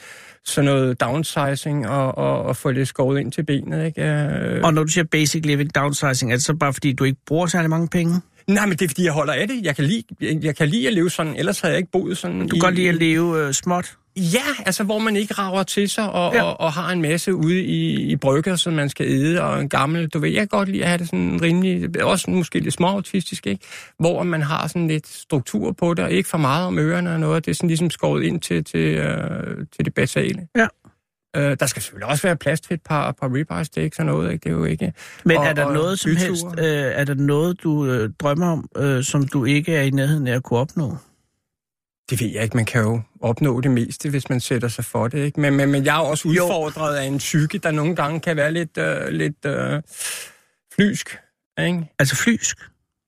Speaker 7: Så noget downsizing, og, og, og få det skåret ind til benet, ikke? Øh,
Speaker 4: Og når du siger basic living downsizing, er det så bare fordi, du ikke bruger særlig mange penge?
Speaker 7: Nej, men det er, fordi jeg holder af det. Jeg kan lide, jeg, jeg kan lide at leve sådan, ellers havde jeg ikke boet sådan.
Speaker 4: Du kan godt lide at leve øh, småt.
Speaker 7: Ja, altså hvor man ikke rager til sig og,
Speaker 4: Ja.
Speaker 7: ja. og, og har en masse ude i, i brygger, som man skal æde, og en gammel, du ved, jeg kan godt lide at have det sådan rimelig, også måske lidt småautistisk, ikke? Hvor man har sådan lidt struktur på det, og ikke for meget om ørerne og noget, det er sådan ligesom skåret ind til, til, øh, til det basale.
Speaker 4: Ja.
Speaker 7: Øh, der skal selvfølgelig også være plads til et par, par ribeye steaks og noget, ikke? Det er jo ikke...
Speaker 4: Men
Speaker 7: og-
Speaker 4: er der
Speaker 7: og
Speaker 4: noget som
Speaker 7: byture.
Speaker 4: helst, øh, er der noget, du øh, drømmer om, øh, som du ikke er i nærheden af at kunne opnå?
Speaker 7: Det ved jeg ikke. Man kan jo opnå det meste, hvis man sætter sig for det. Ikke? Men, men, men jeg er jo også udfordret af en psyke, der nogle gange kan være lidt, øh, lidt øh, flysk. Ikke?
Speaker 4: Altså flysk?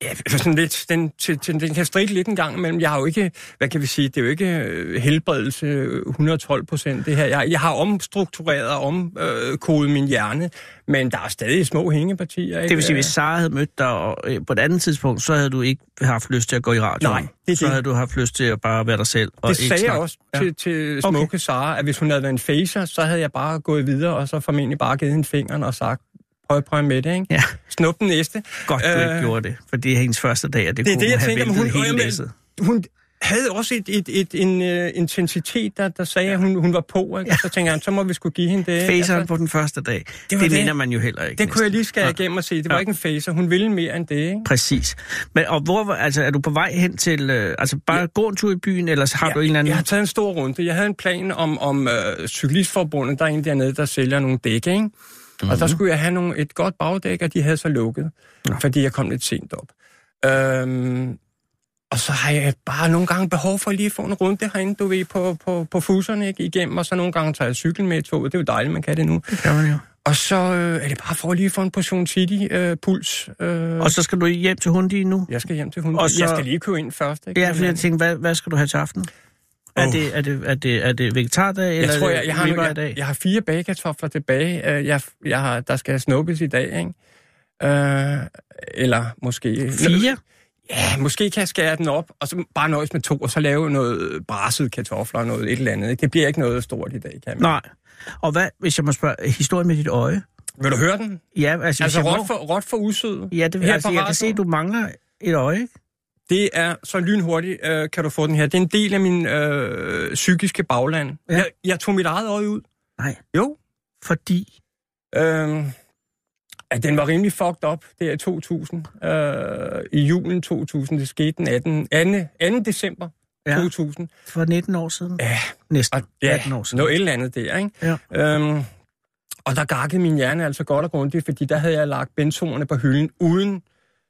Speaker 7: Ja, altså sådan lidt, den, til, til, den kan stride lidt en gang imellem. Jeg har jo ikke, hvad kan vi sige, det er jo ikke øh, helbredelse øh, 112 procent det her. Jeg, jeg har omstruktureret og omkodet min hjerne, men der er stadig små hængepartier. Ikke?
Speaker 4: Det vil sige, hvis Sara havde mødt dig og, øh, på et andet tidspunkt, så havde du ikke haft lyst til at gå i radioen.
Speaker 7: Nej, det er
Speaker 4: Så
Speaker 7: det.
Speaker 4: havde du haft lyst til at bare være dig selv. Og
Speaker 7: Det
Speaker 4: ikke
Speaker 7: sagde jeg
Speaker 4: snakke.
Speaker 7: også
Speaker 4: Ja.
Speaker 7: til, til smukke
Speaker 4: Okay.
Speaker 7: okay. Sara, at hvis hun havde været en facer, så havde jeg bare gået videre, og så formentlig bare givet hende fingeren og sagt, prøv at prøve med det, ikke?
Speaker 4: Ja.
Speaker 7: Snup den næste.
Speaker 4: Godt, du ikke
Speaker 7: Øh,
Speaker 4: gjorde det, for det er hendes første dag, og det,
Speaker 7: det er
Speaker 4: kunne
Speaker 7: det, jeg
Speaker 4: have
Speaker 7: tænker, men
Speaker 4: væltet
Speaker 7: hun-
Speaker 4: hele
Speaker 7: jamen-
Speaker 4: læsset.
Speaker 7: Hun havde også et, et, et, en øh, intensitet, der, der sagde, at hun, hun var på, ikke? Og så tænker jeg, så må vi skulle give hende det. ikke?
Speaker 4: Faceren
Speaker 7: Altså,
Speaker 4: på den første dag, det,
Speaker 7: var
Speaker 4: det
Speaker 7: det.
Speaker 4: minder man jo heller ikke.
Speaker 7: det kunne jeg
Speaker 4: næsten.
Speaker 7: lige skære
Speaker 4: Ja.
Speaker 7: igennem og se. Det var
Speaker 4: Ja.
Speaker 7: ikke en facer. Hun ville mere end det, ikke?
Speaker 4: Præcis. Men, og hvor, altså, er du på vej hen til, øh, altså bare ja. gå en tur i byen, eller har ja, du en eller anden...
Speaker 7: Jeg har taget en stor runde. Jeg havde en plan om, om øh, cyklistforbundet. Der er en dernede, der sælger nogle dæk, ikke? Mm-hmm.
Speaker 4: Mhm.
Speaker 7: Og der skulle jeg have nogle, et godt bagdæk, og de havde så lukket, ja. fordi jeg kom lidt sent op. Øhm, og så har jeg bare nogle gange behov for lige at få en runde herinde, du ved, på, på, på fuserne ikke? igennem, og så nogle gange tager jeg cykel med i toget. Det er jo dejligt, man kan det nu.
Speaker 4: kan man jo.
Speaker 7: Og så øh, er det bare for lige at få en portion City-puls. Øh,
Speaker 4: Og så skal du hjem til Hundi nu?
Speaker 7: jeg skal hjem til hunden.
Speaker 4: og
Speaker 7: Og
Speaker 4: så-
Speaker 7: så... Jeg skal lige købe ind først. Ikke?
Speaker 4: Ja, fordi jeg tænkte, hvad, hvad skal du have til aftenen? Er,
Speaker 7: Oh.
Speaker 4: det, er, det, er, det, er det vegetardag, eller
Speaker 7: jeg tror,
Speaker 4: er
Speaker 7: jeg,
Speaker 4: det
Speaker 7: jeg, har, nu-
Speaker 4: ribeye
Speaker 7: jeg,
Speaker 4: dag?
Speaker 7: jeg har fire bagekartofler tilbage. Øh, Jeg, jeg har, der skal snuppes i dag, ikke? Øh, eller måske...
Speaker 4: Fire?
Speaker 7: Ja, måske kan jeg skære den op, og så bare nøjes med to, og så lave noget brassede kartofler og noget et eller andet. ikke? Det bliver ikke noget stort i dag, kan man.
Speaker 4: Nej. Og hvad, hvis jeg må spørge, historien med dit øje?
Speaker 7: Vil du høre den?
Speaker 4: Ja, altså,
Speaker 7: Altså,
Speaker 4: hvis jeg
Speaker 7: råt for, råt for usød.
Speaker 4: Ja, det,
Speaker 7: Her
Speaker 4: altså,
Speaker 7: på
Speaker 4: jeg kan
Speaker 7: radioen.
Speaker 4: se, at du mangler et øje. ikke?
Speaker 7: Det er så lynhurtigt, øh, kan du få den her. Det er en del af min øh, psykiske bagland.
Speaker 4: Ja.
Speaker 7: Ja. Jeg, jeg tog mit eget øje ud.
Speaker 4: Nej.
Speaker 7: Jo.
Speaker 4: Fordi...
Speaker 7: Øh, at den var rimelig fucked op der i 2000. Øh, I julen 2000, det skete den 18, 2. 2. december
Speaker 4: Ja,
Speaker 7: 2000.
Speaker 4: for 19 år siden.
Speaker 7: Ja,
Speaker 4: Næsten
Speaker 7: og ja,
Speaker 4: 18 år siden.
Speaker 7: noget et eller andet der, ikke?
Speaker 4: Ja.
Speaker 7: Øhm, og der gakkede min hjerne altså godt og grundigt, fordi der havde jeg lagt benzonerne på hylden uden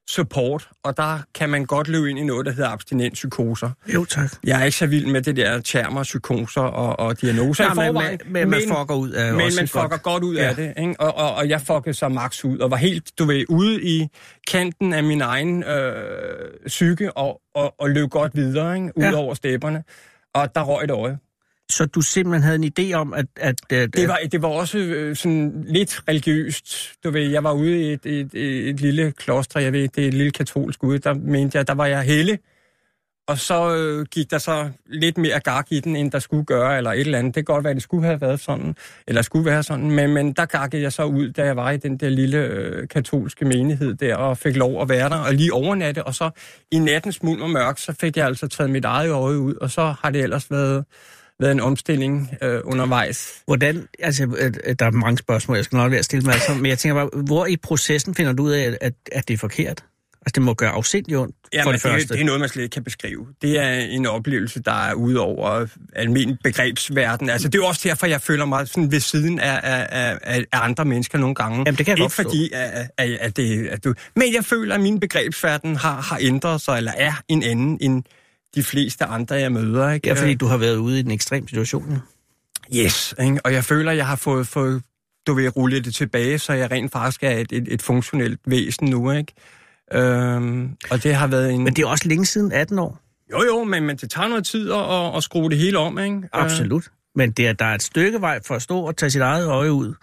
Speaker 7: support, og der kan man godt løbe ind i noget, der hedder abstinenspsykoser.
Speaker 4: Jo, tak.
Speaker 7: Jeg er ikke så vild med det der termer, psykoser og, og diagnoser
Speaker 4: Nej,
Speaker 7: i
Speaker 4: man,
Speaker 7: forvejen,
Speaker 4: man, man, man fucker ud af
Speaker 7: men
Speaker 4: også
Speaker 7: man
Speaker 4: et
Speaker 7: fucker godt, godt ud ja. af det, ikke? Og, og, og jeg fuckede så max ud, og var helt, du ved, ude i kanten af min egen øh, psyke, og, og, og løb godt videre, ikke? Ud
Speaker 4: Ja.
Speaker 7: ja. over stepperne. Og der røg et øje.
Speaker 4: Så du simpelthen havde en idé om, at... at, at
Speaker 7: Det var, det var også øh, sådan lidt religiøst. Du ved, jeg var ude i et, et, et, et lille kloster, jeg ved, det er et lille katolsk ude, der mente jeg, der var jeg helle. Og så øh, gik der så lidt mere gak i den, end der skulle gøre, eller et eller andet. Det kan godt være, det skulle have været sådan, eller skulle være sådan, men, men der gakkede jeg så ud, da jeg var i den der lille øh, katolske menighed der, og fik lov at være der, og lige overnatte, og så i nattens mulm og mørk, så fik jeg altså taget mit eget øje ud, og så har det ellers været, været en omstilling øh, undervejs.
Speaker 4: Hvordan, altså, at- at der er mange spørgsmål, jeg skal nok være at stille mig, altså, men jeg tænker bare, hvor i processen finder du ud af, at, at det er forkert? Altså, det må gøre afsindelig ondt,
Speaker 7: Ja,
Speaker 4: for
Speaker 7: men
Speaker 4: det første.
Speaker 7: Det, det er noget, man slet ikke kan beskrive. Det er en oplevelse, der er ud over almindelig begrebsverden. Altså, det er jo også derfor, jeg føler mig sådan ved siden af, af, af, af andre mennesker nogle gange.
Speaker 4: Jamen, det kan jeg
Speaker 7: ikke
Speaker 4: godt forstå.
Speaker 7: fordi, at, at, at, det, at du... Men jeg føler, at min begrebsverden har, har ændret sig, eller er en anden end de fleste andre, jeg møder. Ikke?
Speaker 4: Ja, fordi du har været ude i en ekstrem situation. jo.
Speaker 7: Yes, ikke? og jeg føler, at jeg har fået, fået du ved, rulle det tilbage, så jeg rent faktisk er et, et, et funktionelt væsen nu, ikke? Øhm, og det har været en...
Speaker 4: Men det er også længe siden 18 år.
Speaker 7: Jo, jo, men, men det tager noget tid at, at, at skrue det hele om, ikke? Øh,
Speaker 4: Absolut. Men det er, der er et stykke vej for at stå og tage sit eget øje ud.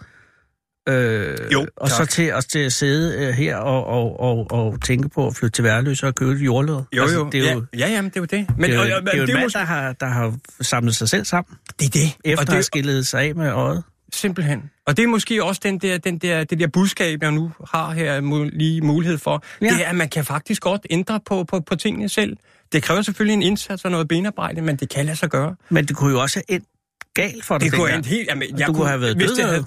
Speaker 4: Øh,
Speaker 7: Jo,
Speaker 4: og så
Speaker 7: tak.
Speaker 4: til, og til at sidde øh, her og, og, og, og tænke på at flytte til værløse og købe et jordlød.
Speaker 7: Øh, jo, jo.
Speaker 4: Altså, det er jo,
Speaker 7: ja, ja, jamen, det er jo det.
Speaker 4: Men,
Speaker 7: Men,
Speaker 4: det er jo,
Speaker 7: og-
Speaker 4: det
Speaker 7: og-
Speaker 4: er jo en
Speaker 7: det er
Speaker 4: mand,
Speaker 7: måske-
Speaker 4: der har, der har samlet sig selv sammen,
Speaker 7: det er det.
Speaker 4: efter det,
Speaker 7: og
Speaker 4: at have
Speaker 7: det,
Speaker 4: skillet sig af med øjet.
Speaker 7: simpelthen. Og det er måske også den der, den der, det der budskab, jeg nu har her mu- lige mulighed for.
Speaker 4: Ja.
Speaker 7: Ja. Det er, at man kan faktisk godt ændre på, på, på tingene selv. Det kræver selvfølgelig en indsats og noget benarbejde, men det kan lade sig gøre.
Speaker 4: Men det kunne jo også have endt galt for dig.
Speaker 7: Det kunne
Speaker 4: dengang.
Speaker 7: have helt... Jamen,
Speaker 4: Du kunne have været
Speaker 7: hvis
Speaker 4: død,
Speaker 7: det havde,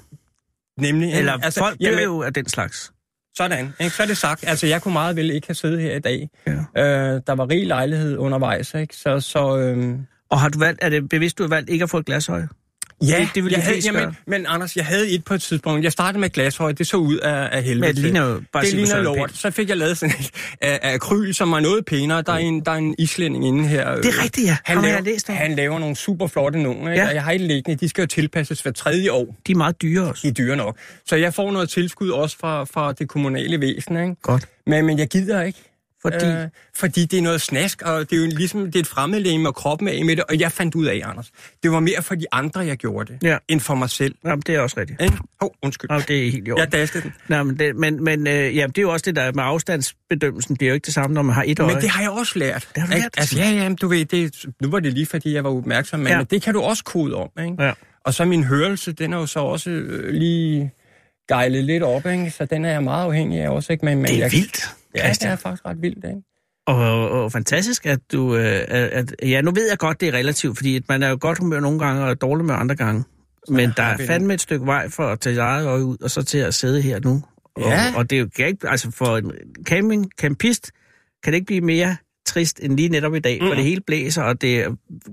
Speaker 7: Nemlig.
Speaker 4: Eller
Speaker 7: ikke?
Speaker 4: altså, folk dør
Speaker 7: jamen,
Speaker 4: jo af den slags.
Speaker 7: Sådan, ikke? så er det sagt. Altså, jeg kunne meget vel ikke have siddet her i dag.
Speaker 4: Ja.
Speaker 7: Øh, der var rig lejlighed undervejs, ikke? Så, så øhm,
Speaker 4: Og har du valgt, er det bevidst, du har valgt ikke at få et glasøje?
Speaker 7: Ja,
Speaker 4: det, det ville
Speaker 7: jeg
Speaker 4: de
Speaker 7: havde,
Speaker 4: fleste
Speaker 7: jamen,
Speaker 4: gøre.
Speaker 7: men Anders, jeg havde et på et tidspunkt. Jeg startede med glashøj, det så ud af, af helvede.
Speaker 4: Men det ligner jo bare
Speaker 7: det
Speaker 4: Simon
Speaker 7: ligner
Speaker 4: Søren
Speaker 7: lort.
Speaker 4: Pind.
Speaker 7: Så fik jeg lavet sådan et af, af akryl, som var noget pænere. Der er en, der er en islænding inde her.
Speaker 4: Mm.
Speaker 7: øh.
Speaker 4: Det er rigtigt, ja. Ham
Speaker 7: Han
Speaker 4: har
Speaker 7: laver,
Speaker 4: jeg læst om.
Speaker 7: han laver nogle super flotte nogle, ikke?
Speaker 4: Ja.
Speaker 7: Ja. og jeg har ikke liggende. De skal jo tilpasses hver tredje år.
Speaker 4: De er meget dyre også.
Speaker 7: De er dyre nok. Så jeg får noget tilskud også fra, fra det kommunale væsen. Ikke?
Speaker 4: Godt.
Speaker 7: Men, men jeg gider ikke.
Speaker 4: Fordi,
Speaker 7: Øh, fordi det er noget snask, og det er jo ligesom det er et fremmedlæge og kroppen af med det. Og jeg fandt ud af, Anders, det var mere for de andre, jeg gjorde det,
Speaker 4: Ja.
Speaker 7: end for mig selv.
Speaker 4: jamen, det er også rigtigt.
Speaker 7: Ikke? Åh, oh, undskyld.
Speaker 4: Nå, det er helt i orden.
Speaker 7: Jeg daskede den.
Speaker 4: Nej, men, det, men, men øh, ja, det er jo også det der med afstandsbedømmelsen, bliver jo ikke det samme, når man har et øje.
Speaker 7: Men det har jeg også lært.
Speaker 4: Det har du lært,
Speaker 7: Ikke? Altså, ja, ja, men du ved, det, nu var det lige, fordi jeg var opmærksom, men,
Speaker 4: Ja.
Speaker 7: ja. men det kan du også kode om. Ikke?
Speaker 4: Ja.
Speaker 7: Og så min hørelse, den er jo så også øh, lige gejlet lidt op, ikke? så den er jeg meget afhængig af også. Ikke? Men, men
Speaker 4: det er
Speaker 7: jeg,
Speaker 4: vildt,
Speaker 7: Ja, det er faktisk ret vildt. Ikke?
Speaker 4: Og, og fantastisk, at du... Øh, at, at, ja, nu ved jeg godt, det er relativt, fordi at man er jo i godt humør nogle gange, og dårlig humør andre gange. Men der er
Speaker 7: vi-
Speaker 4: fandme et stykke vej for at tage sit eget øje ud, og så til at sidde her nu. Og,
Speaker 7: Ja.
Speaker 4: og det er jo kan ikke... Altså, for en camping, campist, kan det ikke blive mere trist end lige netop i dag, mm. hvor det hele blæser, og det er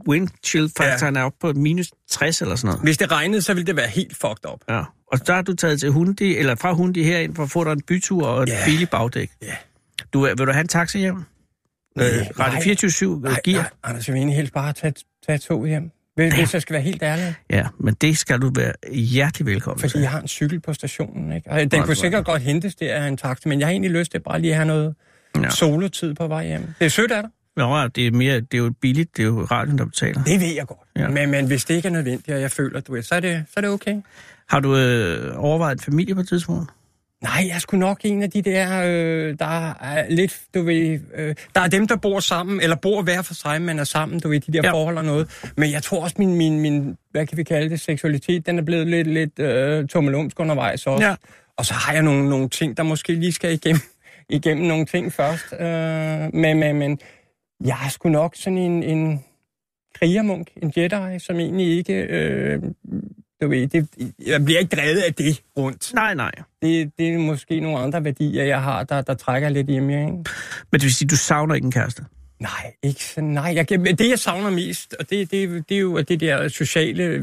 Speaker 4: windshield-faktoren ja. er oppe på minus 60 eller sådan noget.
Speaker 7: Hvis det regnede, så ville det være helt fucked up.
Speaker 4: Ja. Og så har du taget til Hundi, eller fra Hundi herind for at få dig en bytur og et
Speaker 7: Ja.
Speaker 4: billigt bagdæk.
Speaker 7: Ja.
Speaker 4: Du, øh, vil du have en taxa hjem? Øh, Radio 24-7 øh,
Speaker 7: Nej,
Speaker 4: giver.
Speaker 7: nej, Anders, jeg vil egentlig helst bare tage, tage toget hjem. Hvis, hvis jeg skal være helt ærlig,
Speaker 4: Ja, men det skal du være hjertelig velkommen
Speaker 7: fordi
Speaker 4: til.
Speaker 7: jeg har en cykel på stationen. Ikke? Og den
Speaker 4: Nej,
Speaker 7: kunne
Speaker 4: du-
Speaker 7: sikkert godt hentes der af en taxi, men jeg har egentlig lyst til bare lige at have noget
Speaker 4: Ja.
Speaker 7: ja. solotid på vej hjem. Det er sødt af dig.
Speaker 4: Nå, det er, mere, det er jo billigt, det er jo radioen, der betaler.
Speaker 7: Det ved jeg godt.
Speaker 4: Ja.
Speaker 7: Ja. Men, men hvis det ikke er nødvendigt, og jeg føler, du ved, så er det, så er det okay.
Speaker 4: Har du øh, overvejet en familie på et tidspunkt?
Speaker 7: Nej, jeg skulle nok en af de der, øh, der er lidt, du ved, øh, der er dem, der bor sammen, eller bor hver for sig, men er sammen, du ved, de der
Speaker 4: Ja.
Speaker 7: ja. forhold og noget. Men jeg tror også, min, min, min, hvad kan vi kalde det, seksualitet, den er blevet lidt, lidt øh, tummelumsk undervejs også.
Speaker 4: Ja.
Speaker 7: Ja. Og så har jeg nogle, nogle ting, der måske lige skal igennem, igennem nogle ting først. Øh, men, men, men jeg er sgu nok sådan en, en krigermunk, en Jedi, som egentlig ikke, øh, du ved, det, jeg bliver ikke drevet af det rundt
Speaker 4: Nej, nej.
Speaker 7: det, det er måske nogle andre værdier, jeg har, der, der trækker lidt hjemme, ikke?
Speaker 4: Men det vil sige, du savner ikke en kæreste?
Speaker 7: Nej, ikke så, nej. Jeg, kan- men det, jeg savner mest, og det, det, det er jo det der sociale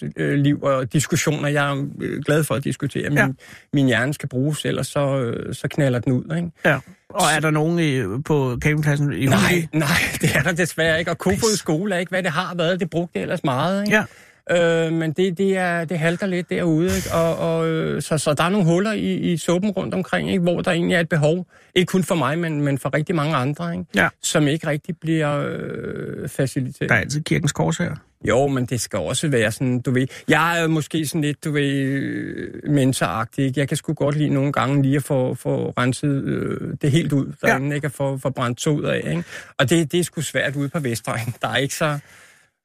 Speaker 7: hverdagsliv og diskussioner, jeg er øh, glad for at diskutere. Min,
Speaker 4: Ja.
Speaker 7: ja. min hjerne skal bruges, ellers så, øh, så knaller den ud, ikke?
Speaker 4: Ja. Og er der nogen i, på campingpladsen i
Speaker 7: Nej,
Speaker 4: Hundi?
Speaker 7: nej, det er der desværre ikke. Og Kofod skole er ikke, hvad det har været. Det brugte jeg ellers meget, ikke?
Speaker 4: Ja.
Speaker 7: Øh, men det, det, er, det halter lidt derude, ikke? Og, og, øh, så, så der er nogle huller i, i suppen rundt omkring, ikke? hvor der egentlig er et behov, ikke kun for mig, men, men for rigtig mange andre, ikke?
Speaker 4: Ja.
Speaker 7: som ikke rigtig bliver øh, faciliteret.
Speaker 4: Der er altid kirkens kors her.
Speaker 7: Jo, men det skal også være sådan, du ved... Jeg er jo måske sådan lidt, du ved, øh, mentoragtig, ikke? Jeg kan sgu godt lide nogle gange lige at få, få renset øh, det helt ud derinde, ja. ikke? At få, få brændt toget af, ikke? Og det, det er sgu svært ude på Vestegn. Der er ikke så...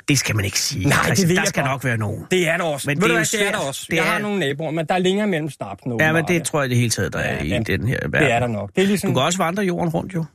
Speaker 4: Det skal man ikke sige.
Speaker 7: Nej, det
Speaker 4: Christian.
Speaker 7: ved
Speaker 4: Der
Speaker 7: jeg
Speaker 4: skal
Speaker 7: godt.
Speaker 4: nok være nogen.
Speaker 7: Det er der også.
Speaker 4: Men
Speaker 7: Men Ved
Speaker 4: det
Speaker 7: det,
Speaker 4: er jo
Speaker 7: du hvad, det er
Speaker 4: svært.
Speaker 7: der også.
Speaker 4: Det
Speaker 7: jeg
Speaker 4: er-
Speaker 7: har nogle naboer, men der er længere mellem snapsen.
Speaker 4: Ja, men
Speaker 7: åbenbart,
Speaker 4: det tror jeg det hele taget, der er
Speaker 7: Ja,
Speaker 4: i
Speaker 7: ja.
Speaker 4: den her verden.
Speaker 7: det er der nok. Det er ligesom...
Speaker 4: Du kan også vandre jorden rundt, jo.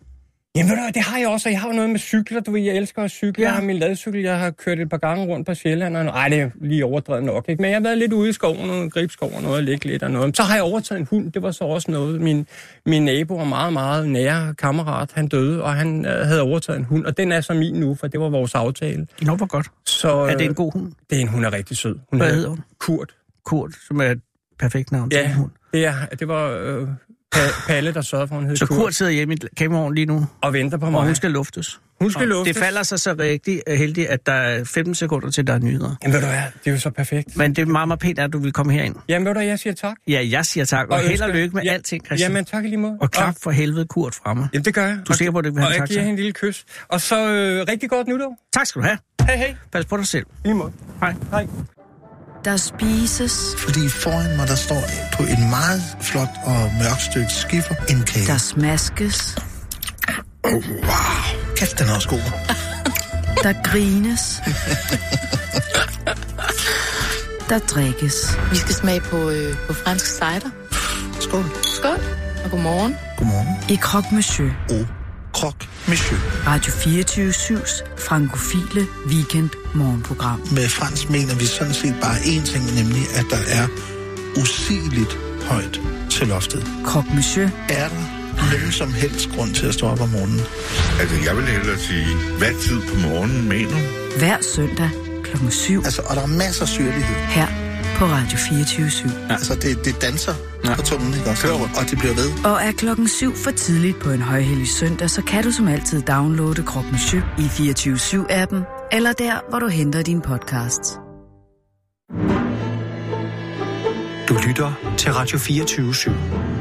Speaker 7: Jamen ved du hvad, det har jeg også, og jeg har jo noget med cykler, du ved, jeg elsker at cykle,
Speaker 4: Ja.
Speaker 7: ja. jeg har min ladcykel, jeg har kørt et par gange rundt på Sjælland, og nej, det er lige overdrevet nok, ikke? men jeg har været lidt ude i skoven, og gribskov og noget, og ligge lidt og noget. Så har jeg overtaget en hund, det var så også noget, min, min nabo og meget, meget nære kammerat, han døde, og han øh, havde overtaget en hund, og den er så min nu, for det var vores aftale.
Speaker 4: Nå, hvor godt.
Speaker 7: Så,
Speaker 4: Er det en god hund?
Speaker 7: Det er en, hun er rigtig sød. Hun
Speaker 4: Hvad hedder hun?
Speaker 7: Kurt.
Speaker 4: Kurt, som er et perfekt navn til en
Speaker 7: Ja,
Speaker 4: hund.
Speaker 7: det, er, det var øh, Pa- Palle, der sørgede for, at hun hed
Speaker 4: Så
Speaker 7: Kurt,
Speaker 4: Kurt sidder hjemme i campingvognen lige nu,
Speaker 7: og venter på mig.
Speaker 4: og hun skal luftes.
Speaker 7: hun skal luftes.
Speaker 4: Det falder sig så rigtig øh, heldigt, at der er 15 sekunder til, der er nyheder.
Speaker 7: Jamen ved du hvad, det er jo så perfekt.
Speaker 4: Men det er meget, meget pænt, at du vil komme herind.
Speaker 7: Jamen ved du hvad, jeg siger tak.
Speaker 4: Ja, jeg siger tak, og, og held og
Speaker 7: ønsker-
Speaker 4: lykke med ja,
Speaker 7: ja,
Speaker 4: alting, Christian.
Speaker 7: Jamen, tak i lige måde.
Speaker 4: og klap for helvede Kurt fremme.
Speaker 7: Jamen, det gør jeg.
Speaker 4: Du er sikker på, at du ikke vil have
Speaker 7: Og
Speaker 4: en
Speaker 7: jeg
Speaker 4: taxa?
Speaker 7: giver hende en lille kys. Og så øh, rigtig godt nytår.
Speaker 4: Tak skal du have.
Speaker 7: Hej, hej.
Speaker 4: Pas på dig selv.
Speaker 7: Lige måde.
Speaker 4: Hej.
Speaker 7: Hej.
Speaker 2: Der spises,
Speaker 8: Fordi foran mig, der står på et meget flot og mørkt stykke skiffer en kage.
Speaker 2: der smaskes,
Speaker 8: Kæft, den er også god.
Speaker 2: der grines, der drikkes.
Speaker 9: Vi skal smage på, øh, på fransk cider.
Speaker 8: Skål.
Speaker 9: Skål. Og godmorgen.
Speaker 8: Godmorgen.
Speaker 2: I Croque Monsieur,
Speaker 8: Oh. Krok. Monsieur.
Speaker 2: Radio 24-7's frankofile weekend morgenprogram.
Speaker 8: Med fransk mener vi sådan set bare én ting, nemlig at der er usigeligt højt til loftet.
Speaker 2: Croque Monsieur
Speaker 8: Er der nogen som helst grund til at stå op om morgenen?
Speaker 10: Altså, jeg vil hellere sige, hvad tid på morgenen mener du?
Speaker 2: hver søndag klokken 7
Speaker 8: Altså, og der er masser af syrlighed.
Speaker 2: her på Radio 24 7.
Speaker 8: Altså, det, det danser på tungen, ikke også? Og det bliver ved.
Speaker 2: Og er klokken 7 for tidligt på en højhellig søndag, så kan du som altid downloade Kroppen Syg i 24 7 appen eller der, hvor du henter dine podcasts.
Speaker 1: Du lytter til Radio 24 /7.